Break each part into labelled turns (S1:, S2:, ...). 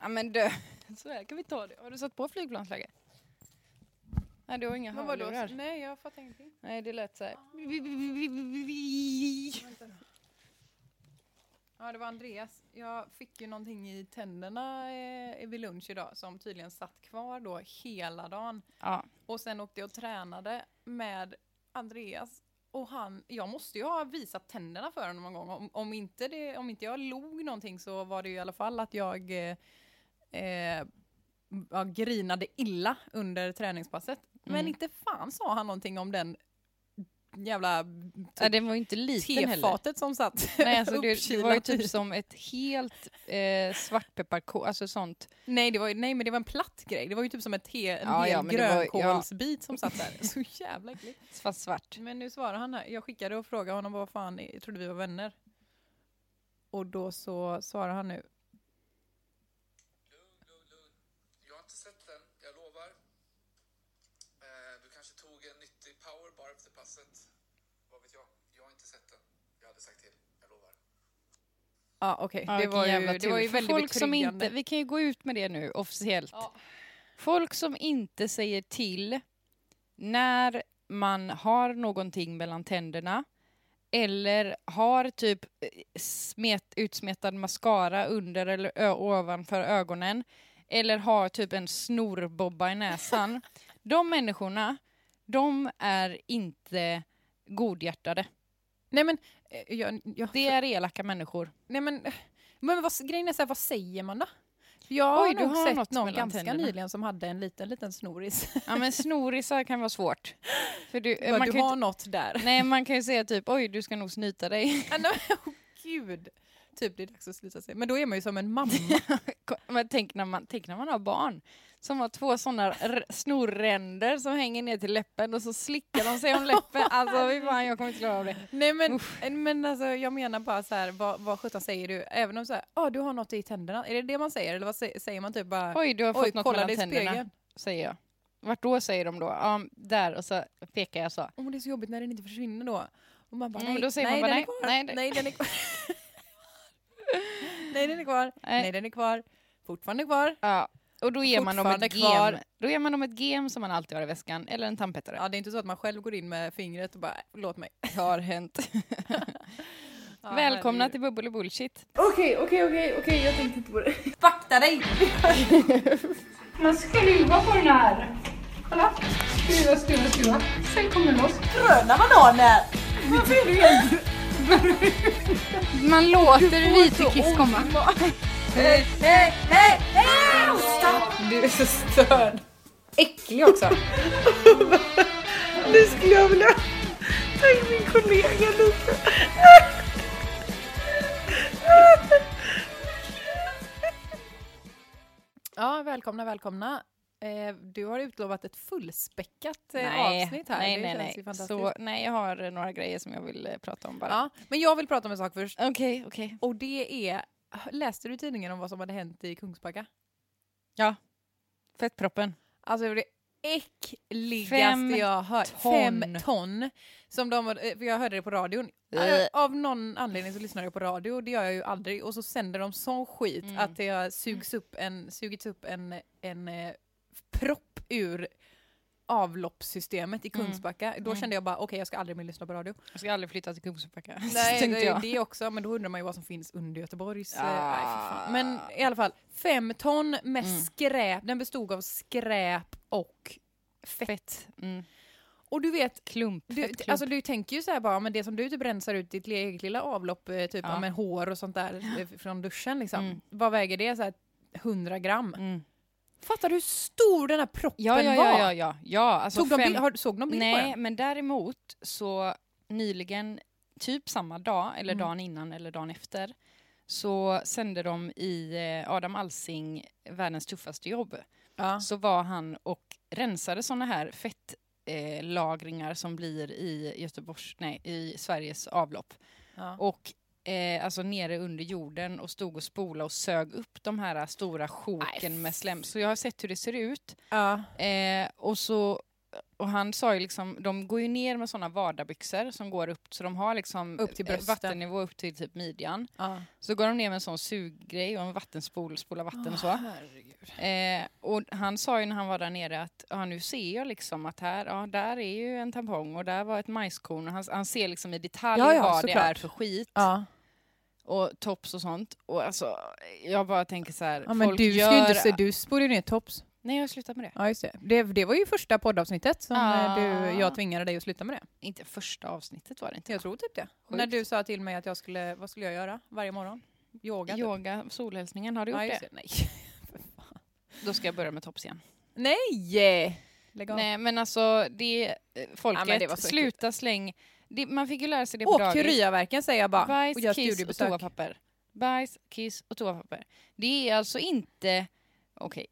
S1: Ja men du, så här kan vi ta det. Har du satt på flygplansflagga? Nej du har inga
S2: Men vadå?
S1: hörlurar.
S2: Nej, jag fattar ingenting.
S1: Nej det lät så här.
S2: Ja, det var Andreas. Jag fick ju någonting i tänderna eh, vid lunch idag som tydligen satt kvar då hela dagen.
S1: Ja.
S2: Och sen åkte jag och tränade med Andreas. Och han, jag måste ju ha visat tänderna för honom någon gång. Om, om, inte det, om inte jag log någonting så var det ju i alla fall att jag eh, eh, ja, grinade illa under träningspasset. Men
S1: Mm.
S2: inte fan sa han någonting om den jävla
S1: ja den var ju inte liten heller.
S2: tefatet som satt
S1: Nej alltså det, det var ju
S2: uppkilat i.
S1: typ som ett helt eh, svartpepparkorn, alltså sånt.
S2: Nej, det var, ju- nej, men det var en platt grej. Det var ju typ som ett te, en
S1: Ja,
S2: hel
S1: ja, men det var-
S2: grönkålsbit som satt där. Så jävla äckligt.
S1: Fast svart.
S2: Men nu svarar han här. Jag skickade och frågade honom vad fan, jag trodde vi var vänner. Och då så svarar han nu.
S3: Lugn, lugn, lugn. Jag har inte sett den, jag lovar. Eh, du kanske tog en nyttig power bara efter passet. Vad vet jag? Jag har inte sett den. Jag hade sagt till, jag lovar.
S2: Ja, okej.
S1: Ja,
S2: det,
S1: vilken
S2: var
S1: jävla
S2: ju, det
S1: tur.
S2: var ju
S1: För
S2: väldigt
S1: folk som
S2: betryggande.
S1: inte, Vi kan ju gå ut med det nu officiellt.
S2: Ja.
S1: Folk som inte säger till när man har någonting mellan tänderna eller har typ eh, smet, utsmetad mascara under eller ö- ovanför ögonen eller har typ en snorbobba i näsan. de människorna, de är inte godhjärtade.
S2: Nej, men, eh, jag, jag,
S1: Det är elaka människor.
S2: nej, men, eh, men vad, grejen är så här, vad säger man då? Jag har
S1: Oj,
S2: Oj,
S1: du
S2: nog
S1: har något
S2: sett någon
S1: mellan
S2: ganska
S1: tänderna.
S2: nyligen som hade en liten, liten snoris.
S1: Ja men snorisar kan vara svårt. För du,
S2: Bara,
S1: man
S2: du
S1: kan ju
S2: har något där.
S1: Nej, man kan ju säga typ oj, du ska nog snyta dig.
S2: Ja, nej, men, Åh gud. Typ det är dags att sluta sig. Men då är man ju som en mamma.
S1: Ko- Men tänk, när man, tänk när man har barn som har två sådana snorränder som hänger ner till läppen och så slickar de sig om läppen. Alltså fy fan, jag kommer inte klara av det.
S2: Nej men, men alltså, jag menar bara så här, vad, vad sjutton säger du? Även om så här, ah, du har något i tänderna, är det det man säger? Eller vad sä- säger man typ bara,
S1: Oj, du har fått
S2: "Oj,
S1: något
S2: kolla
S1: mellan
S2: dig i
S1: tänderna,
S2: spegeln.
S1: säger jag. Vart då säger de då? Ja, där och så pekar jag så.
S2: Åh men det är så jobbigt när den inte försvinner då. Och man bara,
S1: Mm,
S2: nej,
S1: då säger
S2: nej,
S1: man bara,
S2: den
S1: nej,
S2: är kvar.
S1: nej,
S2: Nej,
S1: det-
S2: den är kvar. nej, den är kvar.
S1: Nej.
S2: Nej. den är kvar. Fortfarande kvar.
S1: Ja. Och då ger, man dem ett
S2: Fortfarande kvar.
S1: gem, då ger man dem ett gem som man alltid har i väskan, eller en tandpetare.
S2: Ja, det är inte så att man själv går in med fingret och bara, låt mig.
S1: det har hänt.
S2: Ja,
S1: Välkomna
S2: herregud.
S1: till Bubbel och Bullshit.
S4: Okej, okej, okej, okej, jag tänkte inte på det.
S2: Vakta dig!
S4: Man skruvar på den här. Kolla. Skruva, skruva, skruva. Sen kommer den loss.
S2: Gröna bananer!
S1: Man låter vitekiss komma.
S2: Du är så störd.
S1: Äcklig också.
S2: Nu skulle jag vilja ta in min kollega lite. Ja, välkomna, välkomna. Eh, Du har utlovat ett fullspäckat eh, avsnitt här.
S1: Nej,
S2: det
S1: nej,
S2: känns
S1: nej.
S2: ju fantastiskt.
S1: Så, nej, jag har eh, några grejer som jag vill eh, prata om bara.
S2: Ja, men jag vill prata om en sak först.
S1: Okej, okej.
S2: Och det är, läste du i tidningen om vad som hade hänt i Kungsbacka?
S1: Fettproppen.
S2: Alltså det var det äckligaste
S1: Fem
S2: jag hört.
S1: ton.
S2: Fem ton. Som de, eh, för jag hörde det på radion. Eh,
S1: Äh.
S2: Av någon anledning så lyssnar jag på radio, det gör jag ju aldrig. Och så sänder de sån skit
S1: Mm.
S2: att det har sugs upp en, sugits upp en, en eh, propp ur avloppssystemet i
S1: Mm.
S2: Kungsbacka. Då
S1: Mm.
S2: kände jag bara okej jag ska aldrig mer lyssna på radio.
S1: Jag ska aldrig flytta till Kungsbacka.
S2: Nej,
S1: tänkte
S2: det är
S1: jag.
S2: ju det också, men då undrar man ju vad som finns under Göteborgs... eh,
S1: Ah.
S2: nej, för fan. Men i alla fall, fem ton med
S1: Mm.
S2: skräp. Den bestod av skräp och fett.
S1: Mm.
S2: Och du vet,
S1: Klump.
S2: du,
S1: fettklump.
S2: alltså, du tänker ju så här bara, men det som du typ rensar ut ditt eget lilla avlopp, eh, typ
S1: Ja.
S2: ja. med hår och sånt där eh, från duschen liksom.
S1: Mm.
S2: Vad väger det? Så här, 100 gram.
S1: mm.
S2: Fattar du hur stor den här proppen
S1: Ja, ja,
S2: var?
S1: ja, ja, ja. ja alltså
S2: Tog de
S1: fem...
S2: bild, har, såg de bild på
S1: Nej,
S2: den?
S1: men däremot så nyligen, typ samma dag, eller
S2: Mm.
S1: dagen innan eller dagen efter, så sände de i eh, Adam Alsing, Världens tuffaste jobb,
S2: Ja.
S1: så var han och rensade såna här fettlagringar eh, lagringar som blir i Göteborgs, nej, i Sveriges avlopp.
S2: Ja.
S1: Och eh, alltså nere under jorden och stod och spola och sög upp de här stora sjoken med slem. Så jag har sett hur det ser ut.
S2: Ja.
S1: Eh, och så och han sa ju liksom, de går ju ner med sådana vardabyxor som går upp, så de har liksom
S2: Upp till
S1: eh,
S2: brösten.
S1: vattennivå upp till typ midjan.
S2: Ja.
S1: Så går de ner med en sån suggrej och en vattenspol, spolar vatten och så.
S2: Herregud.
S1: Eh, och han sa ju när han var där nere att ja, nu ser jag liksom att här, ja, där är ju en tampong och där var ett majskorn. Och han, han ser liksom i detalj
S2: Ja, ja,
S1: vad det
S2: såklart.
S1: är för skit
S2: Ja.
S1: och tops och sånt. Och alltså, jag bara tänker så här,
S2: ja, men
S1: folk
S2: du ska
S1: gör...
S2: ju inte se, du spår ju ner tops.
S1: Nej, jag har slutat med det.
S2: Ja, just det. det. Det var ju första poddavsnittet som
S1: Ja.
S2: eh, du, jag tvingade dig att sluta med det.
S1: Inte första avsnittet var det inte.
S2: Jag tror typ det. När du sa till mig att jag skulle, vad skulle jag göra varje morgon? Yoga? typ.
S1: Yoga, solhälsningen, har du gjort
S2: ja, just
S1: det?
S2: det. Nej.
S1: Då ska jag börja med tops igen.
S2: Nej! Lägg av.
S1: Nej, men alltså, det, eh, folket,
S2: Ja, men det var så
S1: sluta släng. Det, man fick ju lära sig det på
S2: Åk till
S1: dagis.
S2: Ryaverken säger jag bara.
S1: Bajs,
S2: och gör
S1: kiss och
S2: studiebesök.
S1: toapapper. Bajs, kiss och toapapper. Det är alltså inte, okej,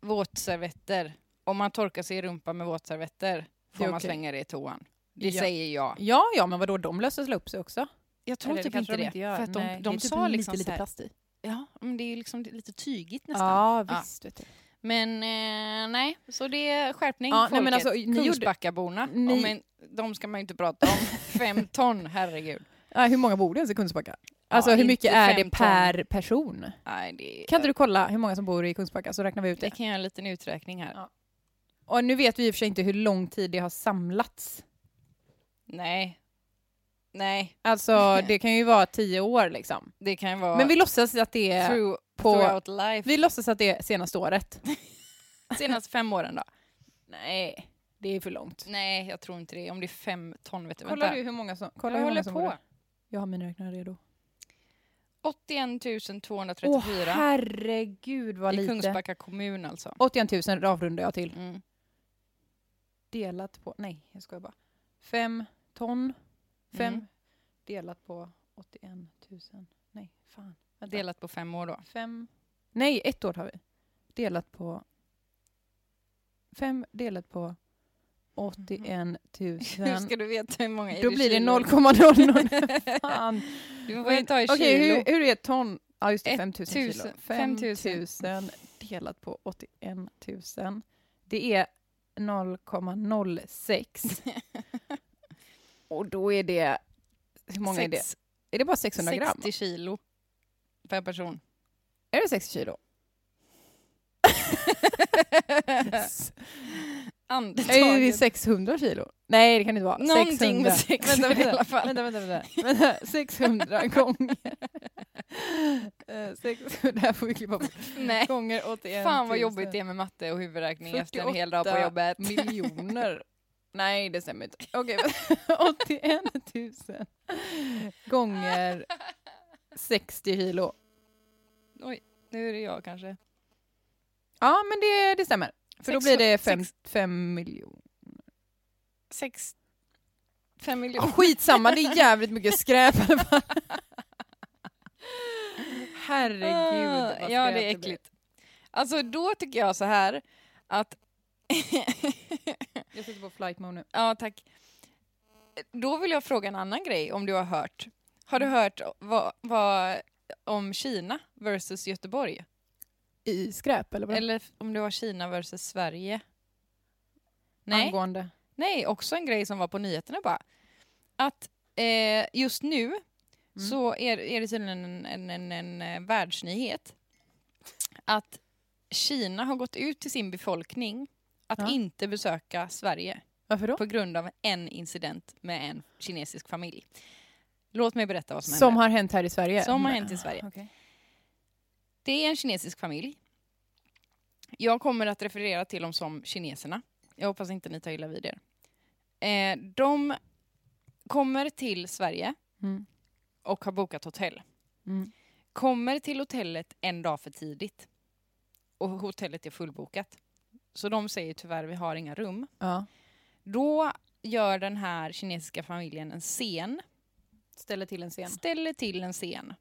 S1: våtservetter. Om man torkar sig i rumpan med våtservetter får
S2: Det är
S1: man
S2: okej.
S1: slänga det i toan. Det
S2: Ja.
S1: säger jag.
S2: Ja, ja, men vadå, de löser sig upp sig också?
S1: Jag tror
S2: Eller
S1: typ
S2: kanske
S1: inte det.
S2: gör.
S1: för att de,
S2: Nej,
S1: de
S2: det är typ
S1: sa liksom
S2: lite,
S1: så
S2: lite
S1: här,
S2: plast i.
S1: ja, men det är liksom lite tygigt nästan.
S2: Ja,
S1: Ja.
S2: visst. Vet du.
S1: Men eh, nej, så det är skärpning
S2: Ja, nej,
S1: folket.
S2: men alltså, ni gjorde-
S1: Kungsbackaborna,
S2: Ni-
S1: om en, de ska man ju inte prata om. Fem ton, herregud.
S2: Ja, hur många bor det ens i Kungsbacka? Alltså
S1: Ja,
S2: hur mycket
S1: inte
S2: är det
S1: 15.
S2: per person?
S1: Nej, det,
S2: Kan inte du kolla hur många som bor i Kungsbacka så räknar vi ut
S1: det
S2: det.
S1: kan jag göra en liten uträkning här.
S2: Ja. Och nu vet vi i och för sig inte hur lång tid det har samlats.
S1: Nej. Nej,
S2: Alltså det kan ju vara tio år liksom.
S1: det kan vara...
S2: Men vi låtsas att det är
S1: through,
S2: på...
S1: throughout life.
S2: Vi låtsas att det är senaste året.
S1: Senaste fem åren då?
S2: Nej, det är för långt.
S1: Nej, jag tror inte det. Om det är fem ton, vet du.
S2: Kolla
S1: Vänta.
S2: du hur många som,
S1: jag
S2: kolla hur
S1: håller
S2: många som bor
S1: på.
S2: där. Jag har min räknare redo.
S1: 81
S2: Åh
S1: 234
S2: herregud vad
S1: i
S2: lite.
S1: Kungsbacka kommun alltså.
S2: 81 000 avrundar jag till.
S1: Mm.
S2: delat på, nej jag skojar bara. Fem ton, fem
S1: Mm.
S2: delat på 81 000, nej fan. Vänta.
S1: Delat på fem år då.
S2: Fem, nej ett år har vi. Delat på, fem delat på 81 000.
S1: Mhm. Hur ska du veta hur många är
S2: Då
S1: det
S2: blir det
S1: kilo?
S2: 0,00. Fan.
S1: Du får ju
S2: Men-
S1: ta i
S2: Okej,
S1: kilo.
S2: hur, hur är ett ton? Ja just det,
S1: Ett
S2: 5 000 kilo.
S1: tusen- fem tusen.
S2: 5 000 delat på 81 000. Det är 0,06. Och då är det, hur många är det?
S1: Sex-
S2: Är det bara 600 gram?
S1: 60 kilo per person.
S2: Är det 60 kilo?
S1: Andetaget.
S2: Är det 600 kilo? Nej det kan det inte vara.
S1: Någonting med 600
S2: vänta,
S1: i alla fall.
S2: Vänta, vänta, vänta. vänta 600 gånger. Eh, 600, det här får vi klippa bort.
S1: Nej.
S2: Gånger 81
S1: Fan vad
S2: 000.
S1: jobbigt det är med matte och huvudräkning efter en hel dag på
S2: 48
S1: jobbet.
S2: miljoner. Nej, det stämmer inte. Okej, men 81 000 gånger 60 kilo.
S1: Oj, nu är det jag kanske.
S2: Ja, men det, det stämmer. För då
S1: Sex-
S2: blir det fem,
S1: sex-
S2: fem miljoner.
S1: Sex... Fem miljoner.
S2: Oh, skitsamma, det är jävligt mycket skräp i alla fall.
S1: Ah,
S2: Herregud,
S1: Ja,
S2: vad skräp
S1: det är
S2: blir.
S1: äckligt. Alltså då tycker jag så här att...
S2: Jag sitter på flight mode nu.
S1: ja, tack. Eh, Då vill jag fråga en annan grej om du har hört. Har du hört vad, vad, om Kina versus Göteborg?
S2: I skräp eller vad?
S1: Eller f- om det var Kina versus Sverige? Nej.
S2: Angående.
S1: Nej, också en grej som var på nyheterna bara. Att eh, just nu så är, är det tydligen en, en, en, en eh, världsnyhet att Kina har gått ut till sin befolkning att
S2: Ja.
S1: inte besöka Sverige
S2: Varför då?
S1: på grund av en incident med en kinesisk familj. Låt mig berätta vad som,
S2: Som
S1: hände.
S2: har hänt här i Sverige?
S1: Som har hänt i Sverige.
S2: Okej.
S1: Det är en kinesisk familj. Jag kommer att referera till dem som kineserna. Jag hoppas inte ni tar illa vid er. Eh, de kommer till Sverige
S2: Mm.
S1: och har bokat hotell.
S2: Mm.
S1: Kommer till hotellet en dag för tidigt. Och hotellet är fullbokat. Så de säger tyvärr, vi har inga rum.
S2: Ja.
S1: Då gör den här kinesiska familjen en scen
S2: Ställer till en scen.
S1: ställer till en scen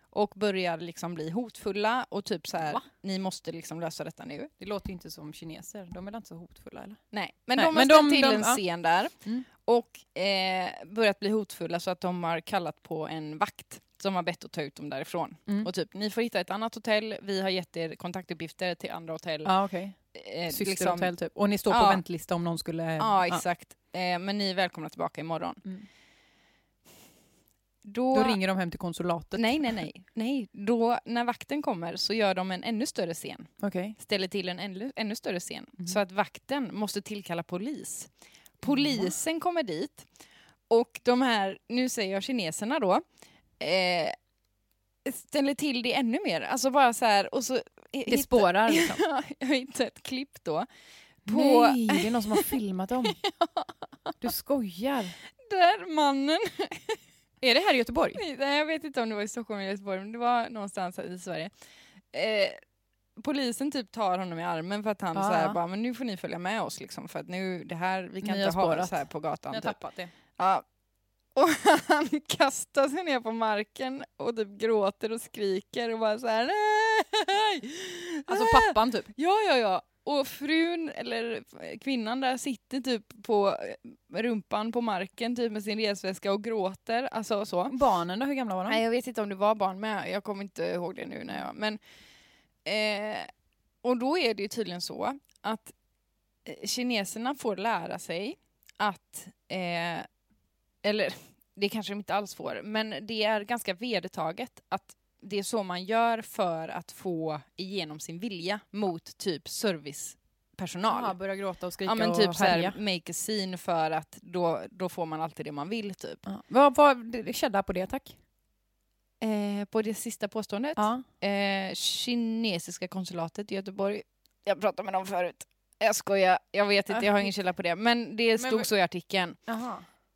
S1: och börjar liksom bli hotfulla och typ så här,
S2: Va?
S1: ni måste liksom lösa detta nu.
S2: Det låter ju inte som kineser, de är väl inte så hotfulla eller?
S1: Nej, men
S2: Nej,
S1: de har
S2: men
S1: ställt
S2: de-
S1: till
S2: de-
S1: en
S2: ja.
S1: scen där
S2: Mm.
S1: och eh, börjat bli hotfulla så att de har kallat på en vakt som har bett att ta ut dem därifrån.
S2: Mm.
S1: Och typ, ni får hitta ett annat hotell, vi har gett er kontaktuppgifter till andra hotell.
S2: Ja okej.
S1: eh,
S2: Systerhotell typ. Och ni står på
S1: Ja.
S2: väntlista om någon skulle...
S1: Ja, exakt. Eh, men ni är välkomna tillbaka imorgon.
S2: Mm.
S1: Då,
S2: Då ringer de hem till konsulatet.
S1: Nej, nej, nej. nej. Då, när vakten kommer så gör de en ännu större scen.
S2: Okej.
S1: Ställer till en ännu, ännu större scen.
S2: Mhm.
S1: Så att vakten måste tillkalla polis. Polisen kommer dit. Och de här, nu säger jag kineserna då, eh, ställer till det ännu mer. Alltså bara så här, och så...
S2: Det spårar liksom.
S1: jag hittade ett klipp då. På...
S2: Nej, det är någon som har filmat dem. Du skojar.
S1: Där mannen
S2: Är det här i Göteborg?
S1: Nej, jag vet inte om det var i Stockholm eller Göteborg, men det var någonstans här i Sverige. Eh, polisen typ tar honom i armen för att han
S2: Ja.
S1: så här bara, men nu får ni följa med oss liksom, för att nu, det här, vi kan
S2: Ah. Ni
S1: inte
S2: har
S1: ha det
S2: spårat.
S1: så här på gatan.
S2: Jag har
S1: Typ.
S2: tappat det.
S1: Ja. Och han kastar sig ner på marken och typ gråter och skriker och bara så här, nej!
S2: Alltså
S1: nej."
S2: pappan typ.
S1: Ja, ja, ja. Och frun, eller eh, kvinnan där, sitter typ på rumpan på marken typ med sin resväska och gråter. Alltså så.
S2: Barnen då, hur gamla var de?
S1: Nej, jag vet inte om det var barn med. Jag kommer inte ihåg det nu när jag... Men, eh, och då är det ju tydligen så att eh, kineserna får lära sig att... Eh, eller, det kanske de inte alls får, men det är ganska vedertaget att det är så man gör för att få igenom sin vilja mot typ servicepersonal.
S2: Jaha, börjar gråta och skrika
S1: Ja men
S2: och
S1: typ såhär,
S2: härja.
S1: make a scene för att då, då får man alltid det man vill typ.
S2: Ja. Vad var cheddar på det tack?
S1: Eh, på det sista påståendet?
S2: Ja.
S1: eh, kinesiska konsulatet i Göteborg. Jag pratade med dem förut. Jag skojar, jag vet inte, jag har ingen källa på det. Men det stod
S2: v-
S1: så i artikeln.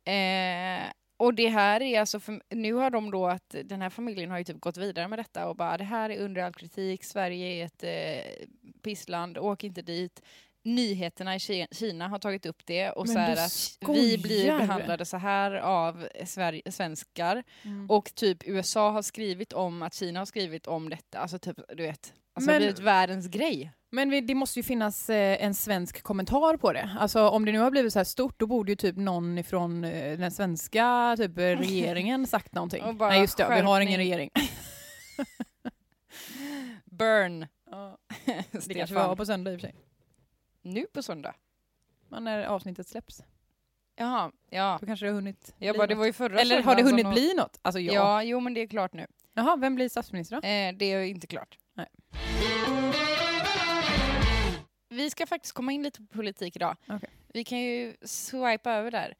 S1: Eh, och det här är alltså, för, nu har de då att den här familjen har ju typ gått vidare med detta och bara det här är under all kritik, Sverige är ett eh, pissland, åk inte dit. Nyheterna i Ki- Kina har tagit upp det och
S2: Men
S1: så här
S2: du
S1: att vi blir
S2: skojar.
S1: behandlade så här av Sverige, svenskar. Och typ USA har skrivit om att Kina har skrivit om detta. Alltså typ, du vet. Alltså det har
S2: Men-
S1: blivit världens grej.
S2: Men vi, det måste ju finnas eh, en svensk kommentar på det. Alltså om det nu har blivit så här stort, då borde ju typ någon ifrån eh, den svenska typ, eh, regeringen sagt
S1: Och
S2: någonting.
S1: bara,
S2: Nej just det, vi har
S1: skärpning.
S2: ingen regering.
S1: Burn,
S2: Det kanske vi har
S1: Stefan.
S2: på söndag i och för sig.
S1: Nu på söndag.
S2: Men när avsnittet släpps,
S1: Jaha, ja.
S2: då kanske det har hunnit
S1: Jag
S2: bli
S1: bara, det
S2: något.
S1: var ju förra
S2: Eller har det
S1: söndagen
S2: hunnit
S1: som-
S2: bli något? Alltså
S1: Ja.
S2: ja.
S1: ja, jo men det är klart nu.
S2: Jaha, vem blir statsminister då?
S1: Eh, det är inte klart.
S2: Nej.
S1: Vi ska faktiskt komma in lite på politik idag.
S2: Okej.
S1: Vi kan ju swipa över där.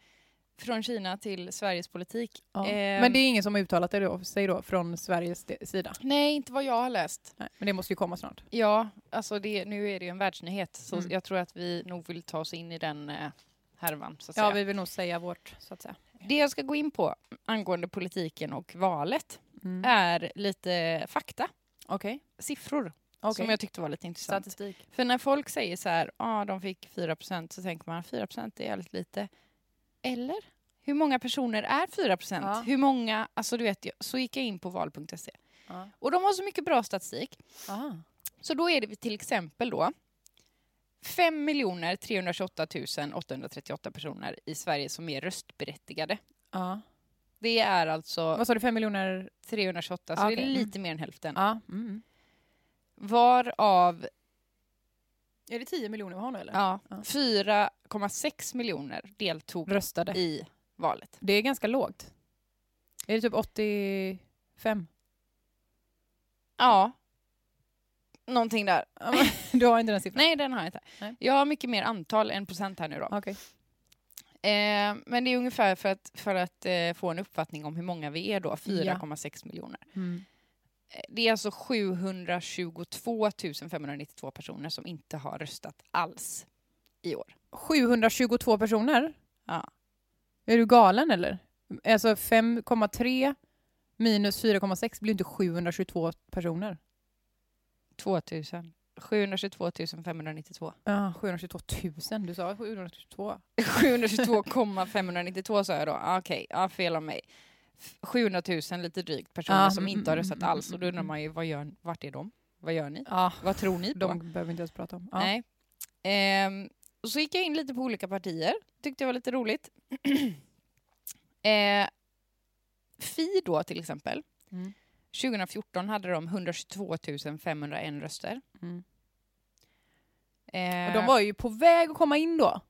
S1: Från Kina till Sveriges politik.
S2: Ja.
S1: Ehm,
S2: Men det är ingen som har uttalat det då, sig då från Sveriges de- sida.
S1: Nej, inte vad jag har läst.
S2: Nej, men det måste ju komma snart.
S1: Ja, alltså det, nu är det ju en världsnyhet så
S2: Mm.
S1: jag tror att vi nog vill ta oss in i den eh, härvan. Så att
S2: Ja,
S1: säga.
S2: vi vill nog säga vårt, så att säga.
S1: Det jag ska gå in på angående politiken och valet
S2: Mm.
S1: är lite fakta,
S2: Okej.
S1: siffror,
S2: Okej.
S1: som jag tyckte var lite intressant.
S2: Statistik.
S1: För när folk säger så här, ah, de fick 4 så tänker man 4 det är jävligt lite. Eller? Hur många personer är 4
S2: Ja.
S1: Hur många, alltså du vet, jag- så gick jag in på val.se.
S2: Ja.
S1: E. Och de har så mycket bra statistik.
S2: Aha.
S1: Så då är det till exempel då 5 328 838 personer i Sverige som är röstberättigade.
S2: Ja.
S1: Det är alltså
S2: Vad sa du, fem miljoner?
S1: 328, så
S2: Ja,
S1: det är
S2: okej.
S1: lite mer än hälften.
S2: Ja. Mm.
S1: Varav
S2: Är det tio miljoner vi har nu eller?
S1: ja,
S2: Ja.
S1: 4,6 miljoner deltog
S2: Röstade.
S1: i valet.
S2: Det är ganska lågt. Är det typ 85?
S1: Ja, någonting där.
S2: Ja, men du har inte den siffran?
S1: Nej, den har jag inte.
S2: Nej.
S1: Jag har mycket mer antal än procent här nu då.
S2: Okej.
S1: Eh, men det är ungefär för att, för att eh, få en uppfattning om hur många vi är då, 4,6 miljoner.
S2: Mm.
S1: Det är alltså 722 592 personer som inte har röstat alls i år.
S2: 722 personer?
S1: Ja.
S2: Är du galen eller? Alltså 5,3 minus 4,6 blir inte 722 personer.
S1: 2000. 722 592.
S2: Ja, 722 000. Du sa 722.
S1: 722,592 sa jag då. Ah, Okej, ja, fel av mig. F- 700 000 lite drygt personer
S2: Ja,
S1: som
S2: mm,
S1: inte har
S2: mm,
S1: röstat
S2: mm,
S1: alls.
S2: mm,
S1: Och då undrar man ju, vad gör, vart är de? Vad gör ni?
S2: Ja,
S1: Vad tror ni på?
S2: de behöver vi inte ens prata om. Ja.
S1: Nej. Ehm, och så gick jag in lite på olika partier. Tyckte jag var lite roligt. eh, Fi då till exempel.
S2: Mm.
S1: 2014 hade de 122 501 röster.
S2: Mm.
S1: Eh,
S2: Och de var ju på väg att komma in då.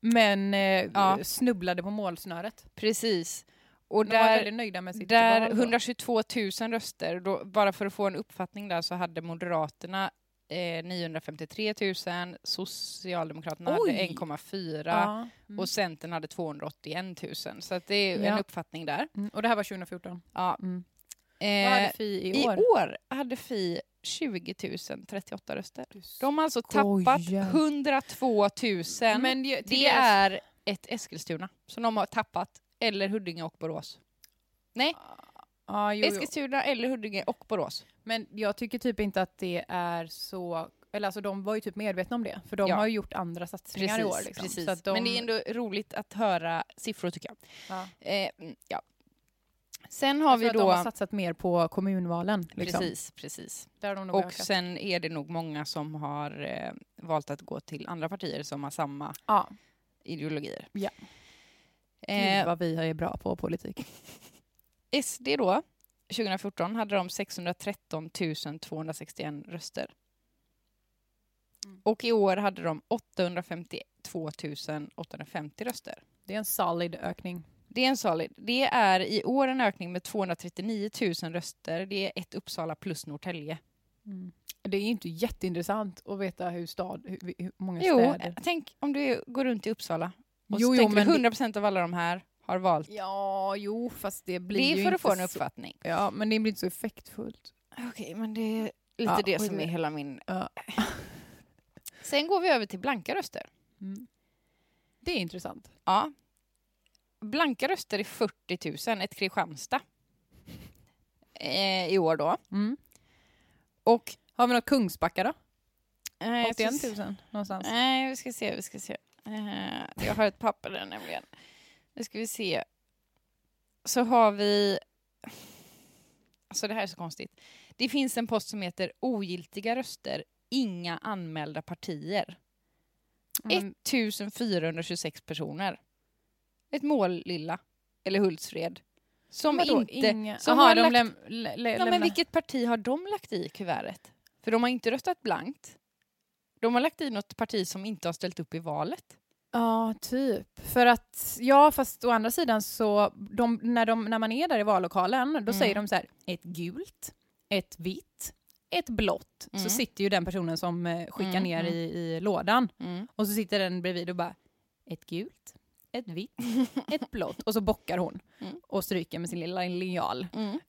S2: Men eh,
S1: Ja.
S2: snubblade på målsnöret.
S1: Precis. Och
S2: De var
S1: där,
S2: väldigt nöjda med sitt
S1: där
S2: val. då.
S1: 122 000 röster, då, bara för att få en uppfattning där så hade Moderaterna eh, 953 000, Socialdemokraterna hade
S2: Oj!
S1: 1,4
S2: Ja. Mm.
S1: och Centern hade 281 000. Så att det är ju
S2: Ja.
S1: en uppfattning där.
S2: Mm. Och det här var 2014.
S1: Ja.
S2: Mm.
S1: Eh,
S2: Vad hade Fi i
S1: I
S2: år?
S1: år hade Fi 20 038 röster. De har alltså tappat
S2: skojar.
S1: 102 000.
S2: Men det, till
S1: det
S2: deras-
S1: är ett Eskilstuna som de har tappat, eller Huddinge och Borås. Nej,
S2: Ja, jo, jo.
S1: Eskilstuna eller Huddinge och Borås.
S2: Men jag tycker typ inte att det är så... Eller alltså de var ju typ medvetna om det. För de
S1: Ja.
S2: har ju gjort andra satsningar i år. Liksom.
S1: precis.
S2: Så att de,
S1: Men det är ändå roligt att höra siffror tycker jag.
S2: ja.
S1: Eh, mm, ja. Sen har vi
S2: vi de har
S1: då...
S2: satsat mer på kommunvalen. Liksom.
S1: Precis, precis.
S2: Där har de nog
S1: Och
S2: ökat.
S1: sen är det nog många som har eh, valt att gå till andra partier som har samma
S2: ja.
S1: ideologier.
S2: Ja. Gud
S1: Eh,
S2: vad vi är bra på politik.
S1: SD då, 2014, hade de 613 261 röster.
S2: Mm.
S1: Och i år hade de 852 850 röster.
S2: Det är en solid ökning.
S1: Det är en solid. Det är i år en ökning med 239 000 röster. Det är ett Uppsala plus Norrtälje.
S2: Mm. Det är ju inte jätteintressant att veta hur, stad, hur, hur många
S1: Jo,
S2: städer...
S1: tänk om du går runt i Uppsala och
S2: Jo,
S1: så
S2: jo,
S1: tänker
S2: men
S1: du
S2: det-
S1: 100 procent av alla de här har valt.
S2: Ja, jo, fast det blir
S1: Det
S2: ju
S1: är för
S2: inte
S1: att få en
S2: så-
S1: uppfattning.
S2: Ja, men det blir inte så effektfullt.
S1: Okej, men det är lite
S2: Ja,
S1: det
S2: skit
S1: som
S2: i
S1: är
S2: det.
S1: hela min...
S2: Ja.
S1: Sen går vi över till blanka röster.
S2: Mm. Det är intressant.
S1: Ja. Blanka röster är 40 000, ett Kristianstad. Eh, I år då.
S2: Mm. Och har vi något Kungsbacka då?
S1: Eh, jag ska
S2: 81
S1: se-
S2: 000 någonstans.
S1: Nej, vi ska se, vi ska se. Eh, jag har ett papper där nämligen. Nu ska vi se. Så har vi... Alltså det här är så konstigt. Det finns en post som heter ogiltiga röster, inga anmälda partier.
S2: Mm.
S1: 1426 personer. Ett mål lilla, eller Hultsfred. Som
S2: Vadå,
S1: inte...
S2: inga-
S1: Som
S2: Aha,
S1: har
S2: de
S1: lagt,
S2: läm, lä, lä,
S1: ja, men
S2: lämnar-
S1: vilket parti har de lagt i kuvertet? För de har inte röstat blankt. De har lagt i något parti som inte har ställt upp i valet.
S2: Ja, typ. För att, ja, fast å andra sidan så, de, när, de, när man är där i vallokalen, då
S1: Mm.
S2: säger de så här, ett gult, ett vitt, ett blått.
S1: Mm.
S2: Så sitter ju den personen som eh, skickar
S1: Mm,
S2: ner
S1: mm.
S2: I, i lådan.
S1: Mm.
S2: Och så sitter den bredvid och bara, ett gult, ett vitt, ett blått. Och så bockar hon
S1: Mm.
S2: och stryker med sin lilla linjal.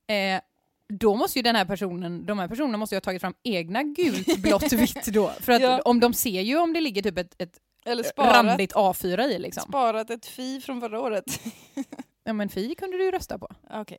S2: Eh, då måste ju den här personen, de här personerna måste ju ha tagit fram egna gult, blått, vitt då. För att
S1: Ja.
S2: om de ser ju om det ligger typ ett, ett
S1: Eller sparat,
S2: randigt A4 i liksom.
S1: sparat ett fi från förra året.
S2: Ja men Fi kunde du ju rösta på.
S1: Okej.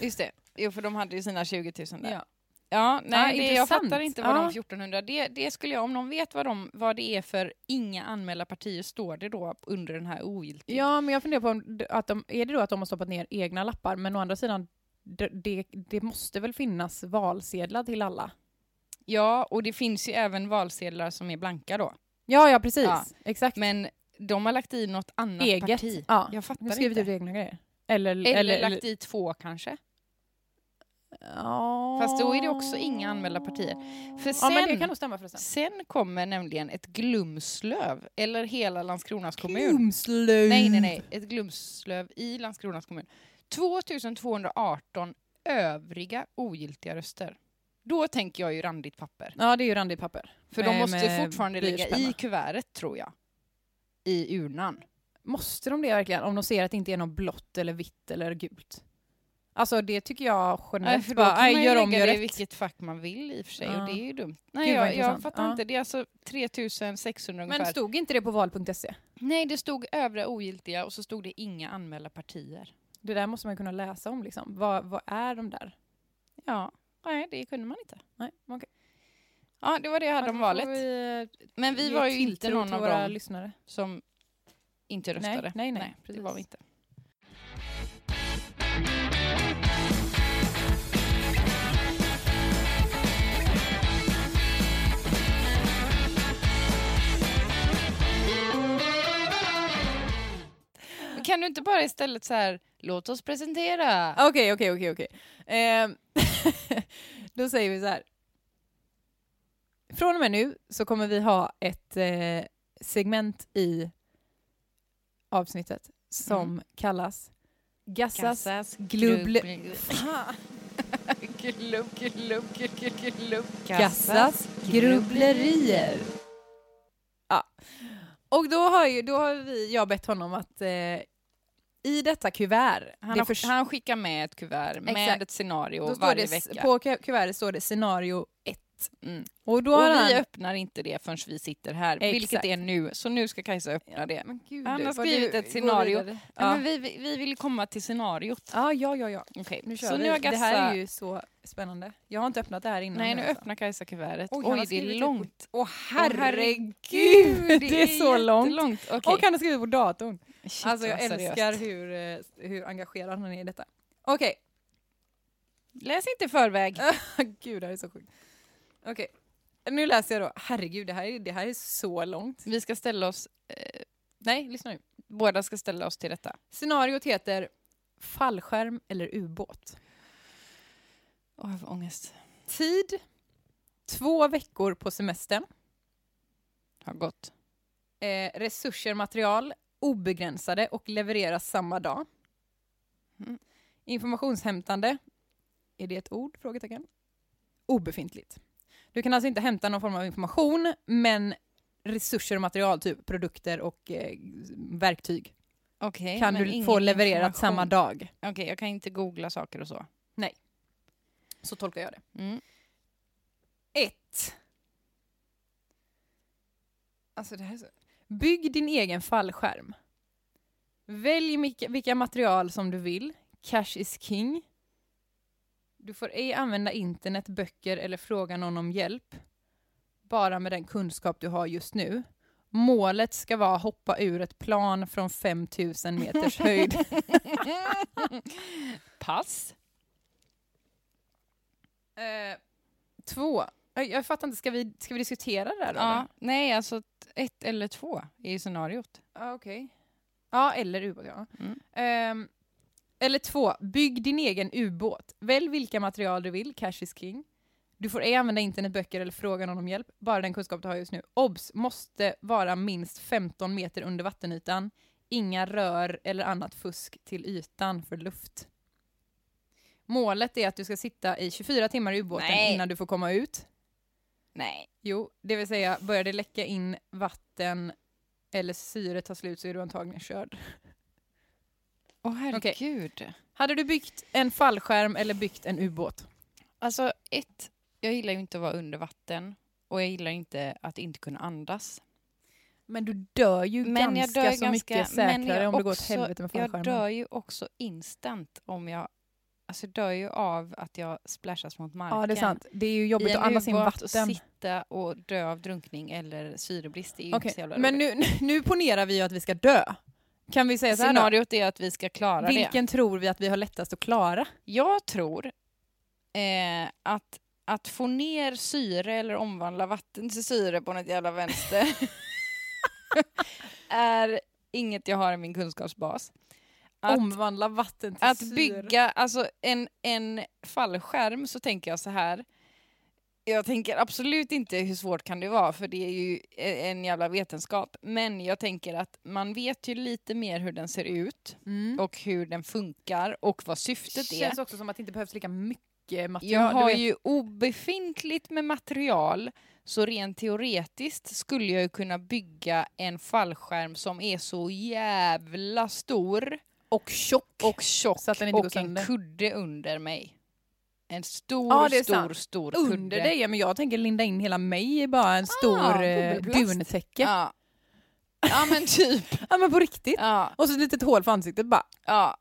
S1: Just det. Jo, för de hade ju sina 20 000 där. Ja.
S2: Ja.
S1: nej,
S2: Ja,
S1: det, jag
S2: intressant.
S1: fattar inte vad de
S2: Ja.
S1: 1400... Det, det skulle jag, om någon vet vad, de, vad det är för inga anmälda partier, står det då under den här ogiltiga?
S2: Ja men jag funderar på om d- att de, är det då att de har stoppat ner egna lappar men å andra sidan d- det, det måste väl finnas valsedlar till alla?
S1: ja, och det finns ju även valsedlar som är blanka då.
S2: Ja ja precis,
S1: Ja.
S2: exakt.
S1: Men de har lagt i något annat
S2: Eget.
S1: parti.
S2: Ja.
S1: Jag
S2: De har
S1: fattar
S2: skrivit
S1: inte.
S2: ut egna grejer. Eller,
S1: Eller, lagt i två kanske.
S2: Ja.
S1: Fast då är det också inga anmälda partier. För
S2: Ja men det
S1: sen-
S2: kan nog stämma förresten.
S1: Sen kommer nämligen ett Glumslöv, eller hela Landskronas kommun.
S2: Glumslöv.
S1: Nej, nej, nej. Ett Glumslöv i Landskronas kommun. 2218 övriga ogiltiga röster. Då tänker jag ju randigt papper.
S2: Ja det är ju randigt papper.
S1: För de
S2: Med-
S1: måste
S2: med
S1: fortfarande ligga i
S2: blyertspenna.
S1: kuvertet, tror jag. I urnan.
S2: Måste de det verkligen? Om de ser att det inte är något blått eller vitt eller gult? Alltså det tycker jag
S1: Nej,
S2: generellt
S1: för då
S2: bara,
S1: kan man
S2: nej,
S1: ju
S2: gör
S1: lägga
S2: om, gör
S1: det i
S2: rätt.
S1: vilket fack man vill i och för sig.
S2: Ja.
S1: Och det är ju dumt. Nej,
S2: Gud, vad
S1: jag, jag
S2: intressant.
S1: fattar
S2: Ja.
S1: inte. Det är alltså 3600 ungefär.
S2: Men stod inte det på val.se?
S1: Nej, det stod övriga ogiltiga och så stod det inga anmälda partier.
S2: Det där måste man kunna läsa om liksom. Vad, vad är de där?
S1: Ja, nej det kunde man inte.
S2: Nej, okej.
S1: Ja, det var det jag hade om valet.
S2: Vi,
S1: Men vi var ju inte någon av
S2: våra
S1: dem
S2: lyssnare.
S1: som inte
S2: Nej,
S1: röstade.
S2: nej, nej,
S1: det
S2: precis.
S1: var vi inte. Men Kan du inte bara istället så här, låt oss presentera?
S2: Okej, okej, okej, okej. Ehm, Då säger vi så här. Från och med nu så kommer vi ha ett eh, segment i avsnittet som kallas Gassas,
S1: Mm. Gassas
S2: glubbl...
S1: Glubb, glubb, glubb, glubb.
S2: Gassas grubblerier. Ja. Och då har, ju, då har vi, jag bett honom att eh, i detta kuvert,
S1: Han,
S2: det
S1: har,
S2: förs-
S1: han skickar med ett kuvert med
S2: Exakt.
S1: ett scenario
S2: då står
S1: varje
S2: det, s-
S1: vecka.
S2: på ku- kuvertet står det scenario 1.
S1: Mm.
S2: Och då
S1: Och
S2: har
S1: vi
S2: han...
S1: öppnar inte det förrän vi sitter här,
S2: Exakt.
S1: vilket är nu. Så nu ska Kajsa öppna det.
S2: Men gud,
S1: Han har
S2: vad
S1: skrivit
S2: du
S1: ett
S2: går
S1: scenario.
S2: vidare.
S1: Nej,
S2: Ja.
S1: men vi- vi, vi vill komma till scenariot.
S2: Ja, ja, ja, ja.
S1: Okej,
S2: Nu kör
S1: så
S2: vi.
S1: nu har
S2: Det
S1: Gassa...
S2: här är ju så spännande. Jag har inte öppnat det här innan.
S1: Nej, nu
S2: alltså.
S1: öppnar Kajsa kuvertet.
S2: Oj,
S1: Oj,
S2: han har
S1: det är
S2: skrivit ett
S1: långt.
S2: Åh
S1: Gud,
S2: herregud, det är så långt.
S1: jättelångt. Okej.
S2: Och han har skrivit på datorn.
S1: Shit,
S2: Alltså jag
S1: vad seriöst.
S2: älskar hur, eh, hur engagerad han är i detta. Okej,
S1: Läs inte i förväg.
S2: gud det här är så sjukt. Okej, nu läser jag då. Herregud, det här är, det här är så långt.
S1: Vi ska ställa oss... Eh,
S2: Nej, lyssna nu.
S1: båda ska ställa oss till detta.
S2: Scenariot heter fallskärm eller ubåt.
S1: Åh, jag får ångest.
S2: Tid, två veckor på semestern.
S1: Har gått.
S2: Eh, resurser, material, obegränsade och levereras samma dag.
S1: Mm.
S2: Informationshämtande, är det ett ord? Frågetecken. Obefintligt. Du kan alltså inte hämta någon form av information, men resurser och material, typ produkter och eh, verktyg,
S1: Okej,
S2: kan
S1: men
S2: du få
S1: ingen
S2: levererat
S1: information.
S2: samma dag.
S1: Okej, jag kan inte googla saker och så.
S2: Så tolkar jag det.
S1: Mm.
S2: Ett. Alltså det här är så... Bygg din egen fallskärm. Välj vilka, vilka material som du vill. Cash is king. Du får ej använda internet, böcker eller fråga någon om hjälp. Bara med den kunskap du har just nu. Målet ska vara att hoppa ur ett plan från 5000 meters höjd.
S1: Pass.
S2: Eh, två. Jag, jag fattar inte, ska vi, ska vi diskutera det här då? eller?
S1: Ja, nej, alltså t- ett eller två är ju scenariot.
S2: Ja, okej. Ja, eller ubåt, ja.
S1: Mm.
S2: Ehm, eller två, bygg din egen ubåt. Välj vilka material du vill, cash is king. Du får ej använda internet, böcker eller fråga någon om hjälp, bara den kunskap du har just nu. Obs! Måste vara minst 15 meter under vattenytan. Inga rör eller annat fusk till ytan för luft. Målet är att du ska sitta i 24 timmar i ubåten
S1: Nej.
S2: innan du får komma ut.
S1: Nej.
S2: Jo, det vill säga börjar det läcka in vatten eller syre tar slut så är du antagligen körd.
S1: Åh herregud.
S2: Hade du byggt en fallskärm eller byggt en ubåt?
S1: Alltså ett, jag gillar ju inte att vara under vatten och jag gillar inte att inte kunna andas.
S2: Men du dör ju
S1: Men jag
S2: ganska
S1: dör
S2: så
S1: ganska,
S2: mycket
S1: men
S2: säkrare
S1: jag
S2: om det går åt
S1: också-
S2: helvete med
S1: Jag
S2: fallskärmen.
S1: dör ju också instant om jag, alltså jag dör ju av att jag splashas mot marken.
S2: ja, det är sant. Det är ju
S1: I
S2: jobbigt
S1: en
S2: att andas in
S1: ubåt
S2: vatten.
S1: och sitta och dö av drunkning eller syrebrist, det är ju
S2: Okej,
S1: inte så jävla
S2: Men
S1: roligt.
S2: nu, nu ponerar vi ju att vi ska dö. Kan vi säga så här då?
S1: Scenariot är att vi ska klara det.
S2: Vilken tror vi att vi har lättast att klara?
S1: Jag tror eh, att, att få ner syre eller omvandla vatten till syre på något jävla vänster är inget jag har i min kunskapsbas. Att,
S2: Omvandla vatten till
S1: att
S2: syre.
S1: bygga alltså en, en fallskärm så tänker jag så här. Jag tänker absolut inte hur svårt kan det vara för det är ju e- en jävla vetenskap. Men jag tänker att man vet ju lite mer hur den ser ut
S2: Mm.
S1: och hur den funkar och vad
S2: Det
S1: syftet är.
S2: känns också som att det inte behövs lika mycket material.
S1: Jag
S2: Du
S1: har
S2: vet-
S1: ju obefintligt med material så rent teoretiskt skulle jag ju kunna bygga en fallskärm som är så jävla stor
S2: Och tjock.
S1: och tjock
S2: Så att den inte går
S1: och en
S2: sönder.
S1: kudde under mig. En stor,
S2: Ja, det är
S1: stor,
S2: sant.
S1: stor
S2: under
S1: kudde.
S2: dig, ja, men jag tänker linda in hela mig i bara en stor ah,
S1: bubbelplast.
S2: duntäcke. Ja.
S1: Ja. ja, men typ.
S2: men på riktigt.
S1: Ja,
S2: Och så ett litet hål för ansiktet bara.
S1: ja.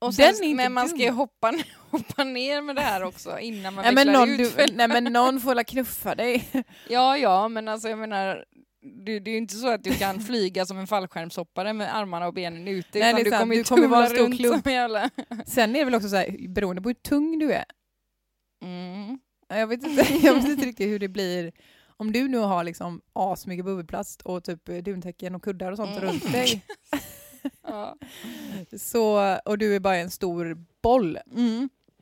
S2: Den
S1: Och sen,
S2: är inte
S1: men man ska ju
S2: dum.
S1: hoppa, hoppa ner med det här också innan man
S2: Nej men,
S1: vecklar
S2: någon,
S1: ut
S2: du,
S1: för-
S2: nej men någon får la knuffa dig.
S1: Ja, ja, men alltså jag menar, du, det är ju inte så att du kan flyga som en fallskärmshoppare med armarna och benen ute,
S2: Nej,
S1: utan
S2: det är
S1: du
S2: sant.
S1: kommer ju
S2: Du kommer vara en
S1: tumla
S2: stor
S1: runt
S2: klump.
S1: som en jävla...
S2: Sen är det väl också så här, beroende på hur tung du är.
S1: Mm.
S2: Jag vet inte, jag vet inte riktigt hur det blir. Om du nu har liksom asmycket bubbelplast och typ eh, duntäcken och kuddar och sånt
S1: Mm.
S2: runt dig.
S1: Ja. Mm.
S2: Så, och du är bara en stor boll.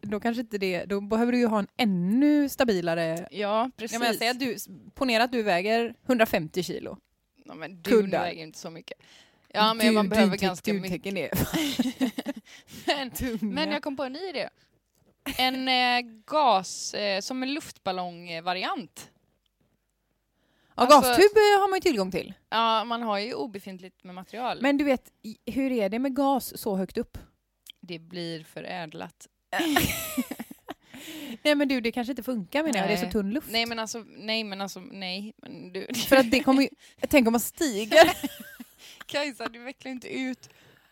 S2: då kanske inte det, då behöver du ju ha en ännu stabilare...
S1: Ja, precis.
S2: Jag menar, säg att du, ponera att du väger 150 kilo.
S1: ja, men du
S2: kuddar.
S1: väger inte så mycket. Ja, men
S2: du,
S1: man
S2: du
S1: behöver
S2: tek-
S1: ganska
S2: du
S1: mycket.
S2: täcker ner.
S1: Men,
S2: Tunga.
S1: men jag kom på en ny idé. En eh, gas, eh, som en luftballongvariant.
S2: Ja,
S1: alltså-
S2: gastub eh, har man ju tillgång till.
S1: Ja, man har ju obefintligt med material.
S2: Men du vet, i- hur är det med gas så högt upp?
S1: det blir förädlat.
S2: Nej men du, det kanske inte funkar menar jag, det är så
S1: Nej.
S2: tunn luft.
S1: Nej, men alltså, nej, men alltså, nej. Men du,
S2: För att det kommer ju, tänk om man stiger.
S1: Kajsa, du vecklar inte ut.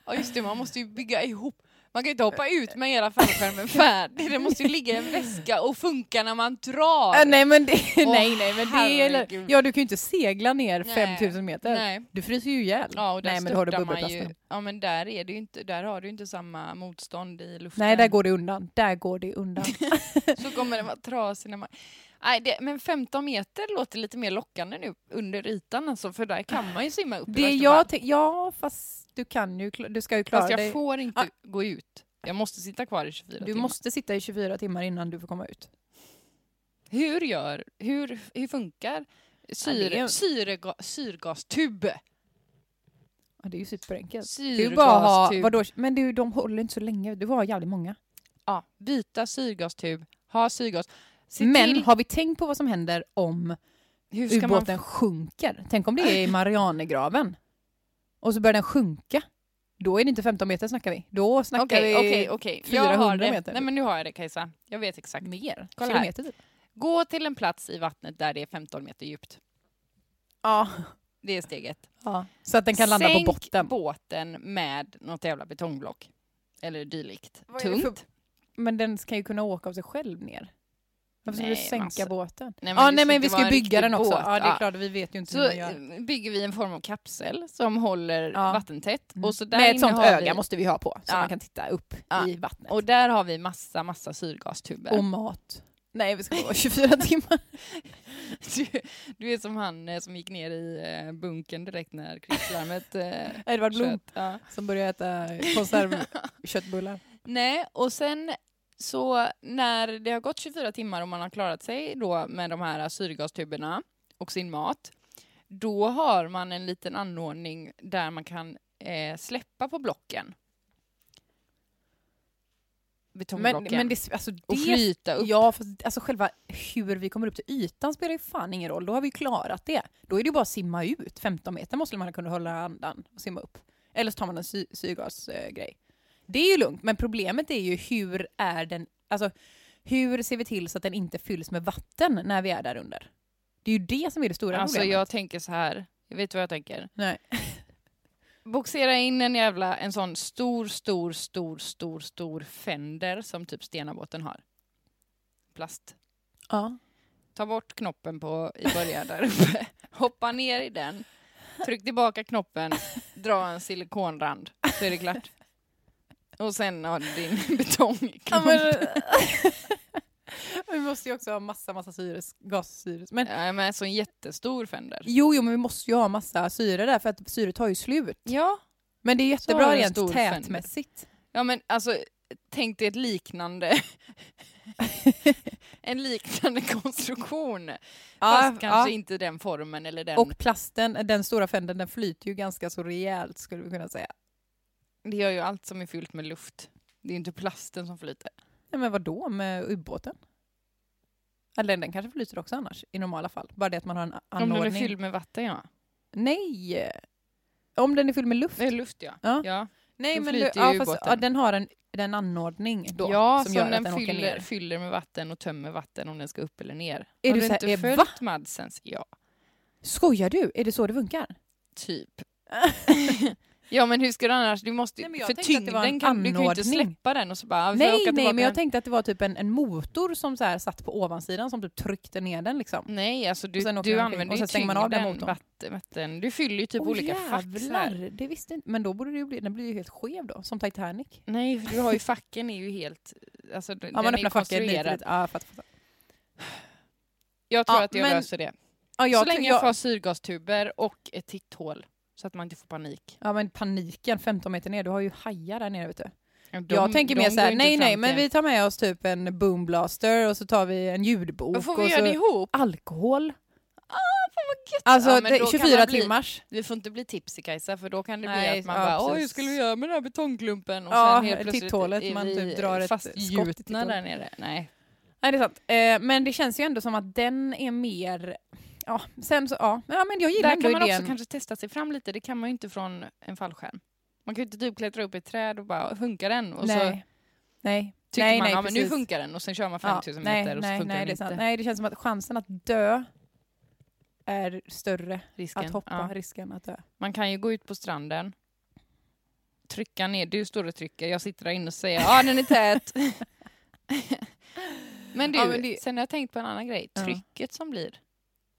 S1: Ja, just det, man måste ju bygga ihop. Man kan ju inte hoppa ut med hela fallskärmen färdig. Det måste ju ligga i en väska och funka när man drar.
S2: Äh, nej men det,
S1: Åh,
S2: nej nej men det är,
S1: herregud.
S2: ja du kan ju inte segla ner
S1: Nej.
S2: 5000 meter.
S1: Nej.
S2: Du fryser ju ihjäl.
S1: Ja, och där
S2: nej men då har
S1: störtar
S2: du
S1: man ju.
S2: bubbelplasten.
S1: Ja, men där, är det ju inte, där har du ju inte samma motstånd i luften.
S2: Nej, där går det undan. Där går det undan.
S1: Så kommer den vara trasig när man... Nej, det, men 15 meter låter lite mer lockande nu under ytan alltså, för där kan man ju simma upp i
S2: det
S1: värsta
S2: jag
S1: fall.
S2: tänk, ja fast du kan ju, kla- du ska ju klara
S1: Fast jag
S2: dig.
S1: får inte
S2: Ah.
S1: gå ut. Jag måste sitta kvar i 24
S2: Du
S1: timmar.
S2: måste sitta i 24 timmar innan du får komma ut.
S1: Hur gör, hur, hur funkar syre,
S2: det är-
S1: syrega, syrgastub?
S2: Ja, det är ju superenkelt. Det är ju bara att ha,
S1: Syrgastub.
S2: vadå, men du, de håller inte så länge, du har jävligt många.
S1: Ja, byta syrgastub, ha syrgas. Se
S2: men
S1: till,
S2: har vi tänkt på vad som händer om
S1: hur ska man...
S2: ubåten sjunker? Tänk om det är i Marianergraven och så börjar den sjunka. Då är det inte 15 meter snackar vi. Då snackar
S1: Okej,
S2: vi
S1: okej, okej. Jag har
S2: 400
S1: det.
S2: meter.
S1: Nej men nu har jag det Kajsa. Jag vet exakt.
S2: mer.
S1: Kolla här.
S2: kilometer typ.
S1: Gå till en plats i vattnet där det är 15 meter djupt.
S2: Ja.
S1: Det är steg ett.
S2: ja. Så att den kan landa
S1: Sänk
S2: på botten.
S1: båten med något jävla betongblock. Eller dylikt.
S2: Vad är det
S1: Tungt.
S2: för- Men den ska ju kunna åka av sig själv ner. Varför ska du
S1: Nej,
S2: sänka
S1: massa-
S2: båten?
S1: Nej,
S2: ja,
S1: det
S2: nej men
S1: inte
S2: vi ska
S1: vara
S2: ju
S1: en
S2: bygga
S1: riktig
S2: den också.
S1: båt.
S2: Ja, det är klart, vi vet ju inte
S1: Så
S2: hur man gör.
S1: eh, bygger vi en form av kapsel som håller
S2: Ja.
S1: vattentätt.
S2: Mm.
S1: Och, så där
S2: Med ett
S1: inne
S2: sånt
S1: har
S2: öga
S1: vi,
S2: måste vi ha på, så
S1: Ja.
S2: man kan titta upp
S1: Ja.
S2: i vattnet.
S1: och där har vi massa, massa syrgastuber.
S2: Och mat. Nej, vi ska vara 24 timmar.
S1: Du, du är som han eh, som gick ner i eh, bunkern direkt när krigslarmet eh,
S2: Edvard Blom
S1: sköt. Ja.
S2: som börjar äta konservköttbullar.
S1: Nej, och sen så när det har gått 24 timmar och man har klarat sig då med de här syrgastuberna och sin mat, då har man en liten anordning där man kan eh, släppa på blocken.
S2: Men,
S1: Betongblocken.
S2: men det, alltså,
S1: och
S2: det
S1: flyta upp.
S2: Ja, fast, alltså själva hur vi kommer upp till ytan spelar ju fan ingen roll. Då har vi ju klarat det. Då är det ju bara att simma ut. 15 meter måste man kunna hålla andan och simma upp. Eller så tar man en sy- syrgasgrej. Det är ju lugnt, men problemet är ju hur är den... Alltså, hur ser vi till så att den inte fylls med vatten när vi är där under? Det är ju det som är det stora
S1: Alltså
S2: problemet.
S1: jag tänker så här, jag vet vad jag tänker.
S2: Nej.
S1: Boxera in en jävla, en sån stor, stor, stor, stor, stor fender som typ Stenabåten har. Plast.
S2: Ja.
S1: Ta bort knoppen på, i början där uppe. Hoppa ner i den. Tryck tillbaka knoppen. Dra en silikonrand. Så är det klart. Och sen har du din
S2: Ja,
S1: betongknopp.
S2: men, vi måste ju också ha massa, massa syres, gassyres. Men
S1: Ja, men en sån jättestor fender.
S2: jo, jo, men vi måste ju ha massa syre där för att syret tar ju slut.
S1: Ja.
S2: Men det är
S1: Så har
S2: jättebra
S1: du en
S2: rent
S1: stor fender.
S2: tätmässigt.
S1: Ja men alltså, tänk dig ett liknande en liknande konstruktion. Fast kanske inte den formen eller den.
S2: Och plasten, den stora fänden, den flyter ju ganska så rejält skulle vi kunna säga.
S1: det gör ju allt som är fyllt med luft. Det är inte plasten som flyter.
S2: Nej, men vad då med ubåten? Eller den kanske flyter också annars i normala fall. Bara det att man har en anordning.
S1: Om den är fylld med vatten ja.
S2: Nej! Om den är fylld med luft.
S1: Eh, luft ja.
S2: Ja.
S1: ja.
S2: Nej,
S1: då
S2: men du,
S1: flyter ju
S2: ja, fast,
S1: ubåten.
S2: ja, den har en, den anordning då
S1: ja,
S2: som,
S1: som,
S2: gör
S1: den,
S2: att den åker
S1: fyller,
S2: ner.
S1: fyller med vatten och tömmer vatten om den ska upp eller ner.
S2: Är
S1: Har
S2: du
S1: du
S2: så här,
S1: inte
S2: är- va?
S1: följt Madsens? Ja,
S2: Skojar du? Är det så det funkar?
S1: typ. ja men hur ska du annars? Du måste
S2: Nej, men
S1: ju,
S2: jag
S1: för
S2: tänkte att det var en
S1: tyngden kan du kan ju inte
S2: anordning.
S1: släppa den och så bara... "Ah, får jag
S2: Nej,
S1: åka
S2: nej,
S1: tillbaka
S2: men jag
S1: den?"
S2: tänkte att det var typ en, en motor som så här satt på ovansidan som typ tryckte ner den liksom.
S1: Nej, alltså du,
S2: Och sen åker
S1: du
S2: den omkring.
S1: använder
S2: Och
S1: ju
S2: sen stänger man av den
S1: tyngden,
S2: motorn.
S1: vatten, vatten. Du fyller ju typ
S2: Åh,
S1: olika faxar.
S2: jävlar, Det visste inte. Men då borde det ju bli, den blir ju helt skev då, som Titanic.
S1: Nej, för du har ju facken är ju helt... Alltså, den,
S2: Ja,
S1: den
S2: man
S1: är ju
S2: öppnar facket lite.
S1: konstruerad.
S2: lite. Ja, fattar, fattar.
S1: Jag tror
S2: Ja,
S1: att jag
S2: men-
S1: löser det.
S2: Ja,
S1: så
S2: jag,
S1: länge jag
S2: jag,
S1: får syrgastuber och ett titthål. Så att man inte får panik.
S2: ja, men paniken, 15 meter ner, du har ju hajar där nere vet du.
S1: De-
S2: jag tänker mer
S1: de
S2: så här,
S1: går inte
S2: nej nej,
S1: fram
S2: men
S1: till en.
S2: vi tar med oss typ en boomblaster och så tar vi en ljudbok.
S1: Då får
S2: och
S1: vi
S2: så...
S1: göra det ihop.
S2: Alkohol.
S1: gött.
S2: Alltså
S1: Ja, men
S2: det,
S1: då kan
S2: 24
S1: man bli-
S2: timmars.
S1: Vi får inte bli tipsy-Kajsa för då kan det bli
S2: Nej,
S1: att man
S2: ja,
S1: bara oj hur
S2: precis.
S1: skulle vi göra med den här betongklumpen? Och
S2: Ja,
S1: sen helt plötsligt
S2: titthålet,
S1: är
S2: man
S1: vi
S2: typ drar ett skott i
S1: fastgjutna
S2: titthålet.
S1: där nere. Nej.
S2: Nej det är sant. Eh, men det känns ju ändå som att den är mer, ja sen så, ja, men- ja men jag gillar
S1: Där
S2: ändå
S1: kan man
S2: idén.
S1: också kanske testa sig fram lite, det kan man ju inte från en fallskärm. Man kan ju inte typ klättra upp i ett träd och bara hunka den och så
S2: Nej. Nej.
S1: tycker
S2: nej,
S1: man
S2: nej,
S1: ja, men nu
S2: precis.
S1: funkar den och sen kör man
S2: Ja,
S1: 5000 meter och så funkar
S2: nej, nej,
S1: den
S2: det är
S1: inte.
S2: sant. Nej, det känns som att chansen att dö är större.
S1: Risken.
S2: Att hoppa,
S1: Ja.
S2: risken att dö.
S1: Man kan ju gå ut på stranden, trycka ner, du står och trycker, jag sitter där inne och säger ja den är tät. men du,
S2: Ja, men det-
S1: sen har jag tänkt på en annan grej,
S2: Ja.
S1: trycket som blir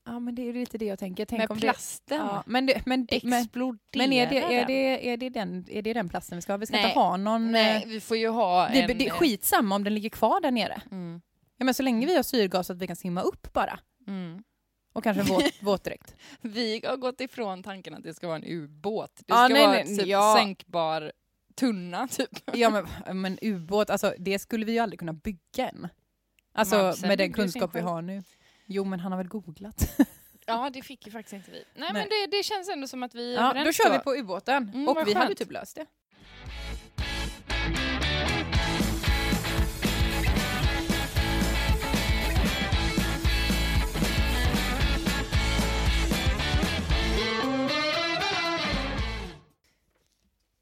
S2: Ja, men det är ju lite det jag tänker. Tänk om
S1: med plasten.
S2: Det, ja, men, det, men, det, men,
S1: Exploderar
S2: men är, det, är,
S1: den.
S2: det, är, det den, är det den plasten vi ska ha? Vi ska
S1: Nej.
S2: inte ha någon...
S1: Nej,
S2: Nej.
S1: vi får ju ha
S2: Det,
S1: en... eh,
S2: det är skitsamma om den ligger kvar där nere.
S1: Mm,
S2: Ja, men så länge vi har syrgas så att vi kan simma upp bara.
S1: mm.
S2: Och kanske en våt, våtdräkt.
S1: Vi har gått ifrån tanken att det ska vara en ubåt. Det
S2: Ja,
S1: ska
S2: nej,
S1: vara
S2: nej,
S1: typ
S2: ja.
S1: sänkbar tunna typ.
S2: Ja, men, men ubåt, alltså det skulle vi ju aldrig kunna bygga än. Alltså
S1: Madsen
S2: med den
S1: byggde ju sin
S2: kunskap vi
S1: själv.
S2: har nu. Jo, men han har väl googlat.
S1: Ja, det fick ju faktiskt inte vi. Nej,
S2: Nej.
S1: men det, det känns ändå som att vi är
S2: Ja,
S1: överens
S2: då kör vi
S1: då.
S2: på ubåten.
S1: Mm,
S2: och
S1: vad
S2: vi hade
S1: skönt.
S2: typ löst det.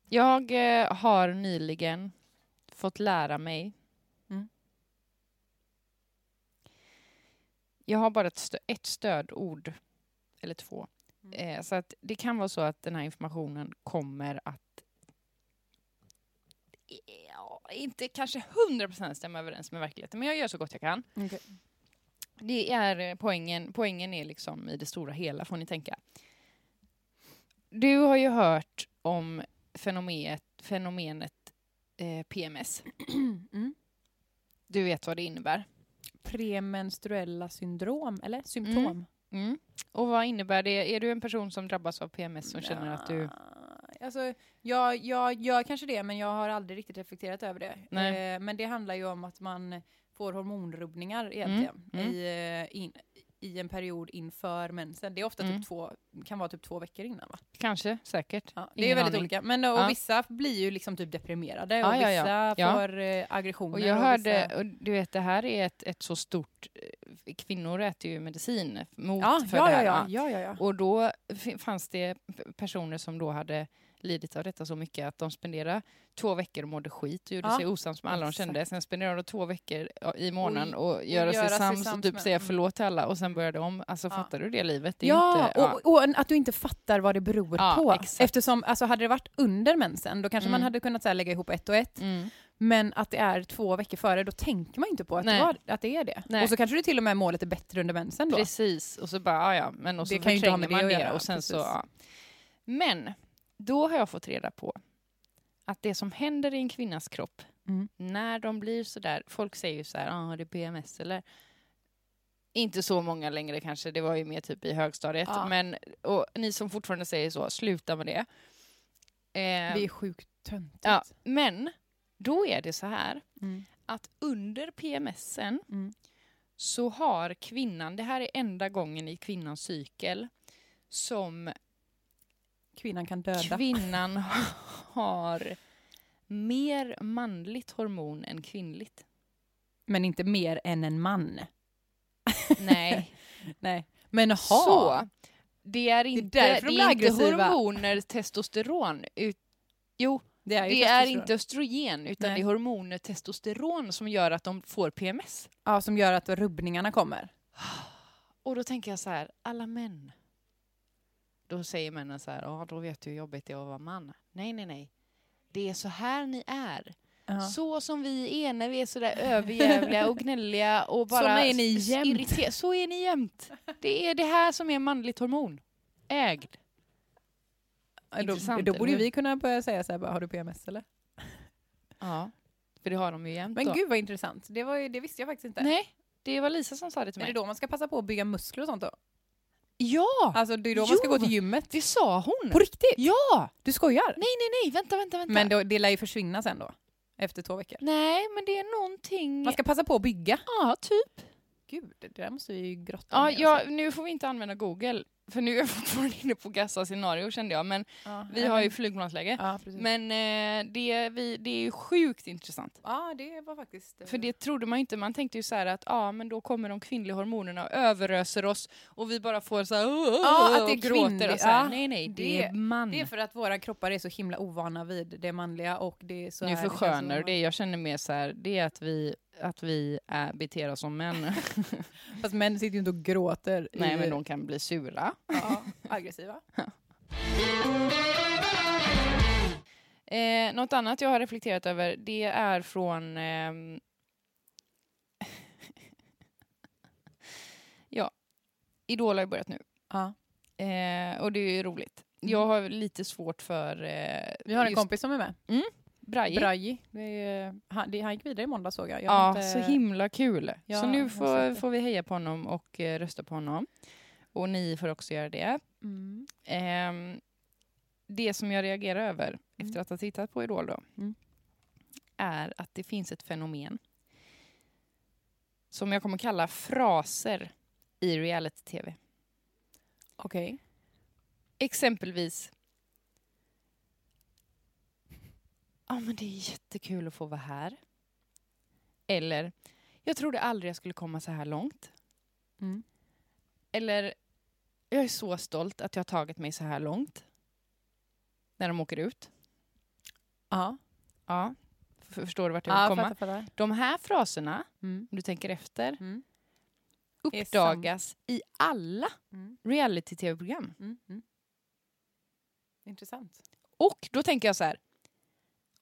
S1: Jag eh, har nyligen fått lära mig.
S2: Mm.
S1: Jag har bara ett, stö ett stödord, eller två. Eh, så att det kan vara så att den här informationen kommer att ja, inte kanske 100% stämma överens med verkligheten, men jag gör så gott jag kan.
S2: Okej.
S1: Det är eh, poängen. Poängen är liksom i det stora hela, får ni tänka. Du har ju hört om fenomenet, fenomenet eh, PMS.
S2: Mm.
S1: Du vet vad det innebär.
S2: Premenstruella syndrom, eller symptom.
S1: Mm. Mm. Och vad innebär det? Är du en person som drabbas av PMS som känner att du...
S2: Ja, Alltså, jag, jag gör kanske det, men jag har aldrig riktigt reflekterat över det.
S1: Nej.
S2: Eh, men det handlar ju om att man får hormonrubbningar egentligen
S1: mm.
S2: I, eh, in, i en period inför mensen. Det är ofta
S1: Mm.
S2: typ två, kan vara typ två veckor innan. Va?
S1: Kanske, säkert.
S2: Ja, det är ju
S1: Ingen
S2: väldigt
S1: aning.
S2: olika. Men, och
S1: Ja.
S2: vissa blir ju liksom typ deprimerade och
S1: Ja, ja, ja.
S2: vissa
S1: Ja.
S2: får eh, aggressioner.
S1: Och jag
S2: vissa-
S1: hörde, och du vet det här är ett, ett så stort... eh, Kvinnor äter ju medicin mot
S2: Ja,
S1: för
S2: ja,
S1: det
S2: ja,
S1: här.
S2: ja, ja, ja, ja.
S1: Och då f- fanns det p- personer som då hade lidit av detta så mycket att de spenderade två veckor och mådde skit och gjorde
S2: Ja,
S1: sig osams med alla de
S2: exakt.
S1: kände. Sen spenderade de två veckor ja, i månaden och, göra,
S2: göra
S1: sig
S2: sig
S1: sams och
S2: sams
S1: typ
S2: med-
S1: säga
S2: mm.
S1: förlåt till alla och sen började om. Alltså
S2: Ja.
S1: fattar du det livet? Det är
S2: Ja,
S1: inte, ja.
S2: och, och en- att du inte fattar vad det beror
S1: Ja,
S2: på.
S1: exakt.
S2: Eftersom, alltså hade det varit under mensen, då kanske man
S1: Mm.
S2: hade kunnat så här, lägga ihop ett och ett.
S1: Mm.
S2: Men att det är två veckor före, då tänker man inte på att, det,
S1: Nej.
S2: var, att det är det.
S1: Nej.
S2: Och så kanske du till och med mår lite bättre under mensen då.
S1: Precis, och så bara ja, ja. men och så
S2: Det kan ju inte ha med
S1: förtränger man
S2: det
S1: det
S2: att göra,
S1: och sen så
S2: precis.
S1: ja. Men då har jag fått reda på att det som händer i en kvinnas kropp
S2: Mm.
S1: när de blir så där, folk säger ju så här, ah, har det PMS eller inte så många längre kanske, det var ju mer typ i högstadiet.
S2: Ja.
S1: Men och ni som fortfarande säger så, sluta med det. Eh,
S2: Det är sjukt töntigt.
S1: ja, men då är det så här
S2: Mm.
S1: att under PMSen
S2: Mm.
S1: så har kvinnan, det här är enda gången i kvinnans cykel som
S2: Kvinnan kan döda.
S1: kvinnan har mer manligt hormon än kvinnligt.
S2: men inte mer än en man.
S1: Nej,
S2: Nej. Men ha.
S1: så. Det är inte, det är
S2: därför de blir
S1: inte
S2: aggressiva.
S1: hormoner testosteron. Ut, jo,
S2: Det är, ju
S1: det är
S2: testosteron.
S1: inte östrogen utan
S2: Nej.
S1: det är hormoner testosteron som gör att de får PMS.
S2: Ja, som gör att rubbningarna kommer.
S1: Och då tänker jag så här, alla män. Då säger männen så här, ja då vet du hur jobbigt det är att vara man. Nej, nej, nej. Det är så här ni är.
S2: Ja.
S1: Så som vi är när vi är så där överjävliga och gnälliga och bara
S2: Såna är ni
S1: s-
S2: jämt.
S1: irriter- Så är ni jämt. Det är det här som är manligt hormon. Ägd.
S2: då,
S1: intressant,
S2: då borde ju
S1: eller hur?
S2: vi kunna börja säga så här, bara, har du PMS eller?
S1: Ja, för det har de ju jämt
S2: Men
S1: då.
S2: gud vad intressant. Det, var ju, det visste jag faktiskt inte.
S1: Nej, det var Lisa som sa det till
S2: Är
S1: mig.
S2: det då man ska passa på att bygga muskler och sånt då?
S1: Ja,
S2: Alltså det är då man ska
S1: Jo!
S2: gå till gymmet.
S1: det sa hon.
S2: På riktigt?
S1: Ja!
S2: Du skojar?
S1: Nej, nej, vänta, vänta, vänta.
S2: Men då, det lär ju försvinna sen då. efter två veckor.
S1: Nej, men det är någonting...
S2: Man ska passa på att bygga.
S1: Ja, typ.
S2: Gud, det där måste vi ju grotta
S1: Ja,
S2: ner oss
S1: ja,
S2: i.
S1: nu får vi inte använda Google, för nu är jag fortfarande inne på Gassa scenario kände jag, men
S2: Ja,
S1: vi
S2: nej,
S1: har
S2: men-
S1: ju flygplansläge.
S2: Ja, precis.
S1: Men eh, det, vi, det är ju sjukt intressant.
S2: ja, det var faktiskt... eh,
S1: För det trodde man ju inte. Man tänkte ju så här att ja, men då kommer de kvinnliga hormonerna och överöser oss och vi bara får så här
S2: Ja, att det är
S1: och gråter
S2: kvinnlig-
S1: och så här,
S2: ja,
S1: nej nej, det,
S2: det-
S1: är man.
S2: Det är för att våra kroppar är så himla ovana vid det manliga och det är så
S1: nu
S2: här, alltså, det känns
S1: förskönar du
S2: som-
S1: det. Jag känner mer så här, det är att vi, att vi äh, beter oss som män.
S2: Fast män sitter ju inte och gråter. i-
S1: nej, men de kan bli sura.
S2: ja, aggressiva.
S1: Eh, något annat jag har reflekterat över, det är från... ehm, ja, Idol har ju börjat nu.
S2: Ja.
S1: Eh, och det är ju roligt. Jag har lite svårt för... Eh,
S2: Vi har en
S1: just
S2: kompis som är med.
S1: Braille.
S2: Braji. Det är, han, det, han gick vidare i måndag såg jag. jag har
S1: Ja,
S2: inte-
S1: så himla kul.
S2: Ja,
S1: så
S2: jag har
S1: nu
S2: sett
S1: får,
S2: det.
S1: får vi heja på honom och eh, rösta på honom. Och ni får också göra det.
S2: Mm.
S1: Ehm, det som jag reagerar över efter att ha tittat på Idol då,
S2: Mm.
S1: är att det finns ett fenomen som jag kommer kalla fraser i reality-tv.
S2: Okej.
S1: Exempelvis Ja, men det är jättekul att få vara här. Eller Jag trodde aldrig jag skulle komma så här långt.
S2: Mm.
S1: Eller Jag är så stolt att jag har tagit mig så här långt. När de åker ut.
S2: Ja.
S1: Ja. F- Förstår du vart jag vill
S2: Ja,
S1: komma?
S2: fattar, fattar.
S1: De här fraserna,
S2: Mm.
S1: om du tänker efter,
S2: Mm. Är sam-
S1: uppdagas i alla
S2: Mm.
S1: reality-tv-program.
S2: Mm. Mm. Intressant.
S1: Och då tänker jag så här.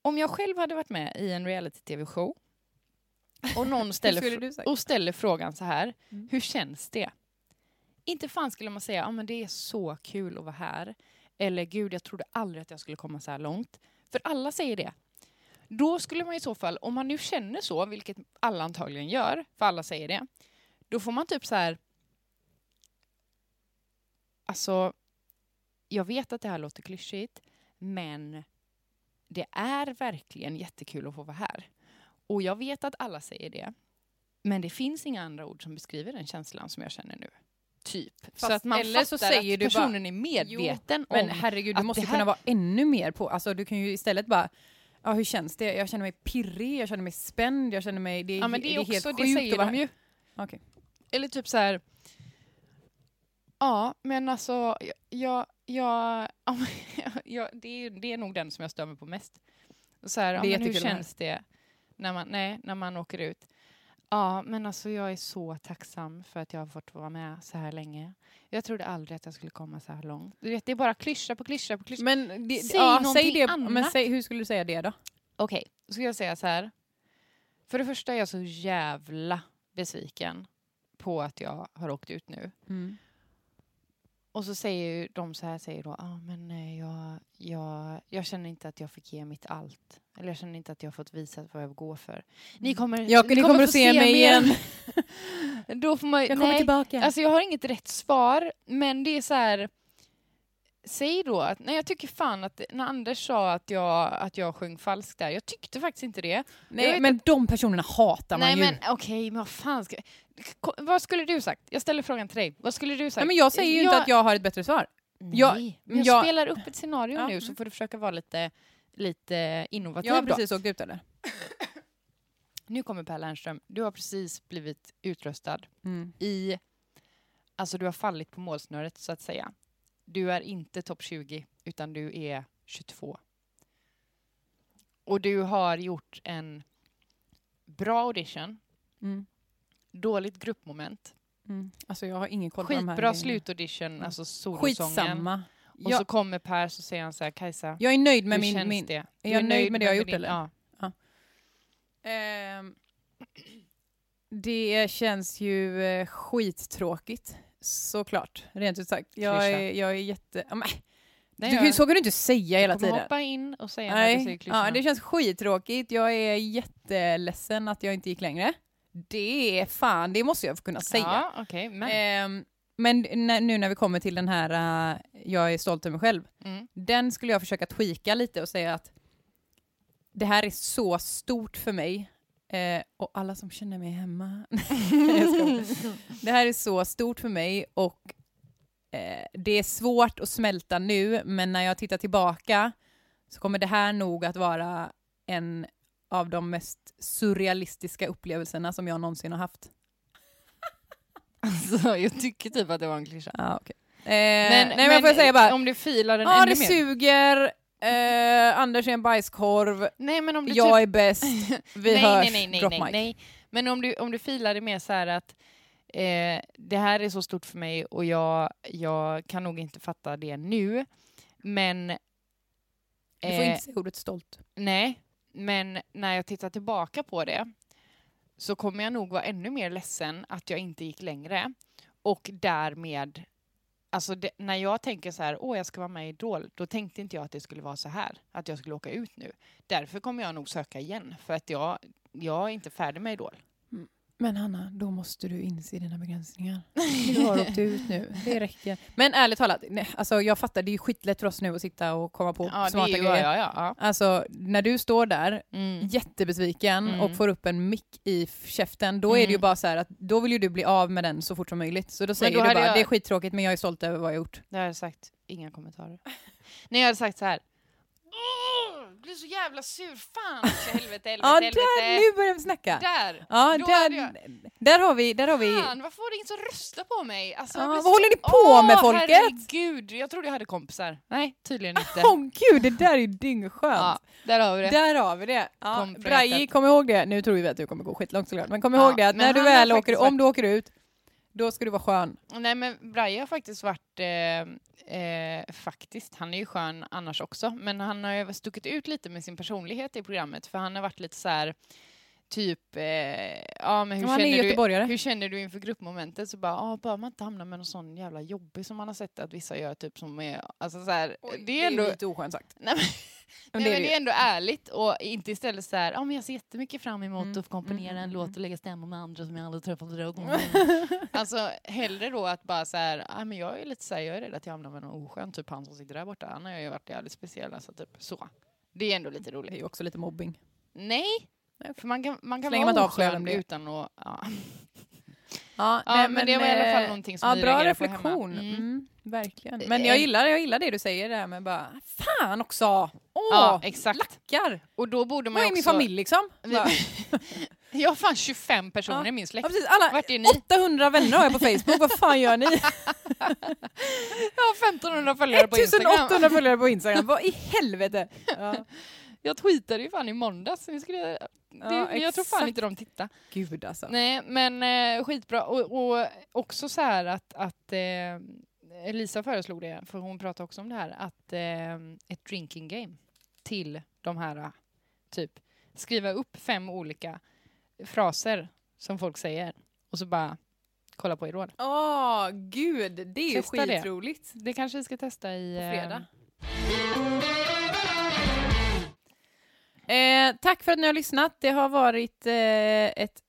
S1: Om jag själv hade varit med i en reality-tv-show och någon ställer,
S2: Hur skulle
S1: fr-
S2: du sagt?
S1: och ställer frågan så här,
S2: Mm.
S1: hur känns det? Inte fan skulle man säga, ja men det är så kul att vara här. Eller gud, jag trodde aldrig att jag skulle komma så här långt. För alla säger det. Då skulle man i så fall, om man nu känner så, vilket alla antagligen gör, för alla säger det, då får man typ så här... Alltså, jag vet att det här låter klyschigt, men det är verkligen jättekul att få vara här. Och jag vet att alla säger det, men det finns inga andra ord som beskriver den känslan som jag känner nu. Typ.
S2: Fast-
S1: så att man
S2: eller
S1: fattar
S2: så säger
S1: att
S2: du bara-
S1: personen är medveten
S2: Men
S1: om
S2: herregud, du
S1: att
S2: måste
S1: det
S2: ju kunna
S1: här-
S2: vara ännu mer på. Alltså, du kan ju istället bara, ja hur känns det? Jag känner mig pirrig, jag känner mig spänd, jag känner mig, det är,
S1: Ja, men det är,
S2: helt
S1: också,
S2: sjukt
S1: det säger
S2: att vara
S1: de ju.
S2: här. Okej.
S1: Eller typ så här... Ja, men alltså, jag... jag, jag, ja, men jag det, är, ju- det är nog den som jag stör mig på mest. Så här, ja,
S2: Det är
S1: men hur
S2: jättekul att höra.
S1: känns det när man, nej, när man åker ut? Ja, men alltså jag är så tacksam för att jag har fått vara med så här länge. Jag trodde aldrig att jag skulle komma så här långt. Du vet, det är bara klyscha på klyscha på klyscha.
S2: Men det,
S1: Säg
S2: ja, säg
S1: någonting
S2: det, men
S1: annat.
S2: säg, hur skulle du säga det då?
S1: Okej, då ska jag säga så här. För det första är jag så jävla besviken på att jag har åkt ut nu. Och så säger ju de så här, säger då, ah, men eh, jag, jag, jag känner inte att jag fick ge mitt allt. Eller jag känner inte att jag har fått visa vad jag går för. Ni kommer,
S2: Ja, Mm. ni kommer att se mig igen.
S1: då får man,
S2: Jag kommer
S1: nej,
S2: tillbaka.
S1: Alltså jag har inget rätt svar, men det är så här... Säg då att, nej jag tycker fan att, när Anders sa att jag, att jag sjöng falskt där, jag tyckte faktiskt inte det. jag
S2: nej,
S1: vet
S2: men de personerna hatar
S1: nej
S2: man ju.
S1: men okej, men vad fan ska Ko- Vad skulle du sagt? Jag ställer frågan till dig. Vad skulle du sagt?
S2: nej, men jag säger ju inte att jag har ett bättre svar. jag-
S1: Nej, jag,
S2: jag-
S1: spelar upp ett scenario
S2: Ja,
S1: nu
S2: mm.
S1: så får du försöka vara lite, lite innovativ
S2: Jag har
S1: då.
S2: precis åkt ut eller?
S1: Nu kommer Per Lernström, du har precis blivit utröstad i... Alltså du har fallit på målsnöret så att säga. Du är inte topp 20 utan du är 22. Och du har gjort en bra audition,
S2: Mm.
S1: dåligt gruppmoment,
S2: Mm. Alltså jag har ingen koll på de här
S1: skitbra
S2: grejerna.
S1: slutaudition, alltså solosången.
S2: Skitsamma.
S1: Och
S2: Ja.
S1: så kommer Per så säger han så här, Kajsa,
S2: Jag är nöjd med
S1: hur
S2: min...
S1: känns
S2: min
S1: det? Är
S2: jag nöjd med det jag har gjort,
S1: din-
S2: eller?
S1: Ja.
S2: Ehm, det känns ju eh, skittråkigt, såklart. Rent ut sagt. Jag
S1: Klyscha.
S2: är, jag är jätte... Ja, men,
S1: Nej,
S2: du,
S1: jag-
S2: Så kan du inte säga hela
S1: du kommer
S2: tiden.
S1: hoppa in och säga när du säger
S2: Nej, ja,
S1: klyschorna.
S2: det känns skittråkigt. Jag är jätteledsen att jag inte gick längre. Det är fan, det måste jag få kunna säga.
S1: Ja, okej, men.
S2: Ehm, men när, nu när vi kommer till den här äh, eh, jag är stolt över mig själv.
S1: Mm.
S2: Den skulle jag försöka tweaka lite och säga att Det här är så stort för mig. Eh, och alla som känner mig hemma. Jag skojar. det här är så stort för mig och eh, det är svårt att smälta nu men när jag tittar tillbaka så kommer det här nog att vara en av de mest surrealistiska upplevelserna som jag någonsin har haft.
S1: Alltså, jag tycker typ att det var en klyscha.
S2: Ja, okay. eh, men, nej, men, jag får säga bara,
S1: om du filar den
S2: Ja,
S1: ännu
S2: det
S1: mer.
S2: suger. Eh, Anders är en bajskorv.
S1: nej, men om du
S2: Jag
S1: typ,
S2: är bäst. Vi
S1: nej,
S2: hörs.
S1: nej, nej,
S2: Drop
S1: nej,
S2: mic.
S1: nej, nej. Men om du, om du filar det mer så här att eh, det här är så stort för mig och jag, jag kan nog inte fatta det nu, men...
S2: Du får
S1: eh,
S2: inte säga ordet stolt.
S1: Nej, men när jag tittar tillbaka på det så kommer jag nog vara ännu mer ledsen att jag inte gick längre. Och därmed, alltså det, när jag tänker så här, åh jag ska vara med i Idol, då tänkte inte jag att det skulle vara så här, att jag skulle åka ut nu. Därför kommer jag nog söka igen, för att jag, jag är inte färdig med Idol.
S2: Men Hanna, då måste du inse dina begränsningar. Du har åkt ut nu. Det räcker. Men ärligt talat, nej, alltså jag fattar, det är ju skitlätt för oss nu att sitta och komma på smarta
S1: ju-
S2: grejer.
S1: Ja, ja, ja.
S2: Alltså, när du står där
S1: Mm.
S2: jättebesviken
S1: Mm.
S2: och får upp en mick i f- käften, då är det ju
S1: Mm.
S2: bara så här att då vill ju du bli av med den så fort som möjligt. Så då säger
S1: då
S2: du
S1: hade
S2: bara,
S1: jag-
S2: det är skittråkigt men jag är stolt över vad jag gjort.
S1: Jag hade sagt inga kommentarer. Nej, jag hade sagt så här. Åh, du är så jävla sur. Fan också, helvete, helvete,
S2: Ja,
S1: helvete.
S2: där, nu börjar vi snacka!
S1: Där!
S2: Ja,
S1: Då
S2: där,
S1: hade jag-
S2: där har vi... Där har vi
S1: Fan, varför var det ingen som röstade på mig? Alltså,
S2: Ja,
S1: jag blir
S2: vad
S1: så-
S2: håller ni på
S1: Åh,
S2: med, folket?
S1: herregud, jag trodde jag hade kompisar. Nej, tydligen inte.
S2: Åh gud, det där är ju dyngskönt!
S1: ja, där har vi det.
S2: Där har vi det! Ja,
S1: Kom från
S2: Braji,
S1: hjärtat.
S2: kom ihåg det. Nu tror vi att du kommer gå skitlångt såklart, men kom
S1: Ja,
S2: ihåg det att
S1: men
S2: när du
S1: han har
S2: väl åker,
S1: faktiskt
S2: om du åker ut, då ska du vara skön.
S1: Nej men Braje har faktiskt varit, eh, eh, faktiskt, han är ju skön annars också, men han har ju stuckit ut lite med sin personlighet i programmet för han har varit lite så här typ, eh, ja men hur
S2: Ja, han är
S1: känner du?
S2: göteborgare.
S1: Hur känner du inför gruppmomentet? Så bara, ah, bör man inte hamna med någon sån jävla jobbig som man har sett att vissa gör, typ som är, alltså så här, det är ändå...
S2: lite oskönt sagt.
S1: Nej, men,
S2: Men
S1: Nej,
S2: det är
S1: men
S2: det
S1: det
S2: ju.
S1: är ändå ärligt och inte istället så här, ja men jag ser jättemycket fram emot
S2: Mm,
S1: att få komponera
S2: mm,
S1: en
S2: mm,
S1: låt och lägga stämma med andra som jag aldrig träffat förut. alltså hellre då att bara så här, ja men jag är lite så här, jag är rädd att jag hamnar med någon oskön, typ han som sitter där borta, han har ju varit jävligt speciell alltså typ så. Det är ändå lite
S2: det är
S1: roligt.
S2: ju också lite mobbing.
S1: Nej! För man kan, man
S2: Så
S1: kan
S2: länge man
S1: vara
S2: inte avslöjar vem
S1: oskön
S2: det är.
S1: utan att, ja.
S2: Ja,
S1: Ja, men det var i alla fall någonting som
S2: eh, ja,
S1: vi
S2: Bra
S1: reagerade på
S2: reflektion.
S1: hemma.
S2: Mm.
S1: Mm.
S2: verkligen. Men
S1: Eh,
S2: jag
S1: en-
S2: gillar, jag gillar det du säger, det här med bara fan också! Åh,
S1: ja exakt.
S2: lackar!
S1: Och då borde man
S2: Vad
S1: ju
S2: är min
S1: också...
S2: familj liksom? Bara,
S1: Jag har fan 25 personer
S2: Ja.
S1: i min
S2: ja,
S1: släkt.
S2: precis, alla
S1: Vart är ni?
S2: 800 vänner har jag på Facebook, vad fan gör ni?
S1: Jag har 1500 följare på Instagram.
S2: 1800 följare på Instagram, vad i helvete? Ja.
S1: Jag tweetade ju fan i måndags. Nu skulle jag, det,
S2: Ja,
S1: men jag tror fan
S2: exakt.
S1: inte de tittar.
S2: Gud alltså.
S1: Nej, men eh, skitbra. Och, och också så här att, att eh, Elisa föreslog det, för hon pratade också om det här, att eh, ett drinking game till de här, eh, typ skriva upp fem olika fraser som folk säger och så bara kolla på Idol.
S2: Åh, gud, det är ju
S1: Testa det.
S2: skitroligt.
S1: Det kanske vi ska testa i...
S2: På
S1: eh,
S2: fredag. Eh, tack för att ni har lyssnat. Det har varit eh, ett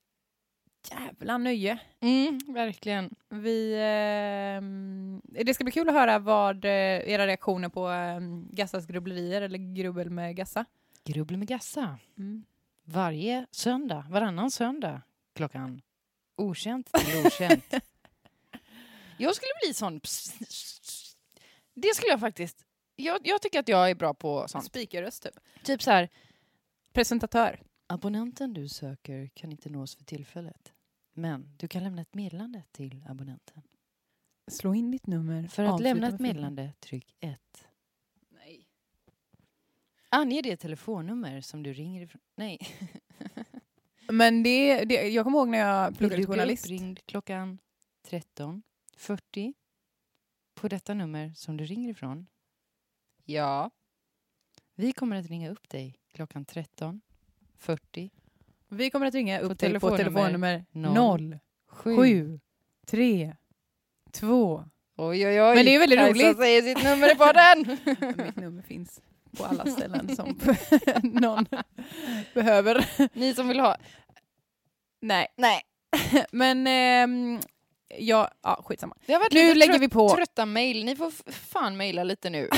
S2: jävla nöje.
S1: Mm, verkligen.
S2: Vi, eh, det ska bli kul att höra vad eh, era reaktioner på eh, Gassas grubblerier eller grubbel med Gassa.
S1: Grubbel med Gassa.
S2: Mm.
S1: Varje söndag, varannan söndag klockan okänt till okänt. jag skulle bli sån... ps- s- s- Det skulle jag faktiskt... Jag, jag tycker att jag är bra på sånt.
S2: Spikarröst typ.
S1: Typ så här...
S2: Presentatör.
S1: Abonnenten du söker kan inte nås för tillfället. Men du kan lämna ett meddelande till abonnenten.
S2: Slå in ditt nummer.
S1: För att
S2: Avsluta
S1: lämna
S2: med
S1: ett
S2: filmen.
S1: meddelande, tryck 1.
S2: Nej.
S1: Ange det telefonnummer som du ringer ifrån. Nej.
S2: Men det, det, jag kommer ihåg när jag
S1: Vill du
S2: pluggade till
S1: bli
S2: journalist.
S1: uppringd klockan 13.40 på detta nummer som du ringer ifrån? Ja. Vi kommer att ringa upp dig klockan 13.40
S2: Vi kommer att ringa
S1: På
S2: upp dig på
S1: telefonnummer
S2: telefonnummer
S1: noll
S2: 07 sju, tre, två.
S1: Oj, oj, oj.
S2: Men det är väldigt
S1: Kajsa
S2: roligt.
S1: säger sitt nummer på den.
S2: Mitt nummer finns på alla ställen som någon behöver.
S1: Ni som vill ha.
S2: Nej. Nej. Men ehm, ja, ja, skitsamma.
S1: Det har varit
S2: Nu
S1: lite
S2: lägger
S1: trött,
S2: vi på.
S1: trötta mejl. Ni får f- fan mejla lite nu.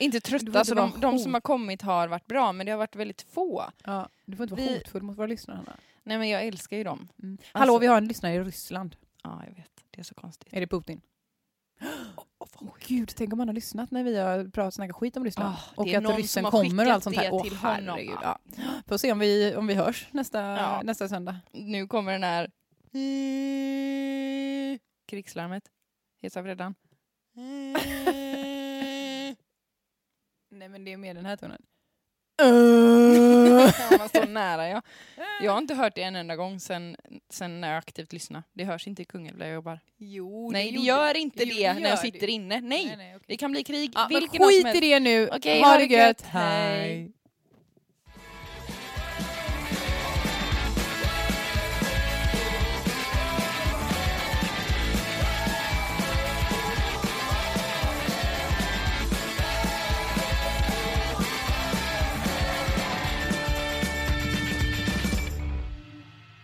S1: Inte
S2: Du
S1: trötta,
S2: får
S1: så
S2: inte
S1: de,
S2: vara
S1: de
S2: hot.
S1: som har kommit har varit bra, men det har varit väldigt få.
S2: Ja, du får inte vara
S1: Vi-
S2: hotfull mot våra lyssnare. Hanna.
S1: Nej men jag älskar ju dem.
S2: Mm. Hallå,
S1: Alltså-
S2: vi har en lyssnare i Ryssland.
S1: Ja, jag vet. Det är så konstigt.
S2: Är det Putin? Åh gud, tänk om han har lyssnat när vi har pratat snackat skit om Ryssland.
S1: Ah,
S2: och
S1: det är någon
S2: att
S1: som
S2: ryssen
S1: har
S2: kommer och
S1: skickat
S2: allt sånt här.
S1: det
S2: Åh
S1: till honom,
S2: herregud.
S1: ja.
S2: Ja. Får se om vi, om vi hörs nästa,
S1: Ja.
S2: nästa söndag.
S1: Nu kommer den här... Krigslarmet. Heter vi redan?
S2: Nej men det är mer den här tonen.
S1: Fan vad så nära jag. Jag har inte hört det en enda gång sen, sen när jag aktivt lyssnar. Det hörs inte i Kungälv där jag jobbar.
S2: Jo,
S1: nej, Oh, det
S2: gjorde-
S1: gör inte
S2: Jo,
S1: det när
S2: gör
S1: jag sitter
S2: det.
S1: inne. Nej,
S2: okej.
S1: det kan bli krig.
S2: Ja, men
S1: Vilken dag som
S2: skit
S1: helst.
S2: i det nu.
S1: Okej,
S2: ha det gött. Hej.
S1: Hej.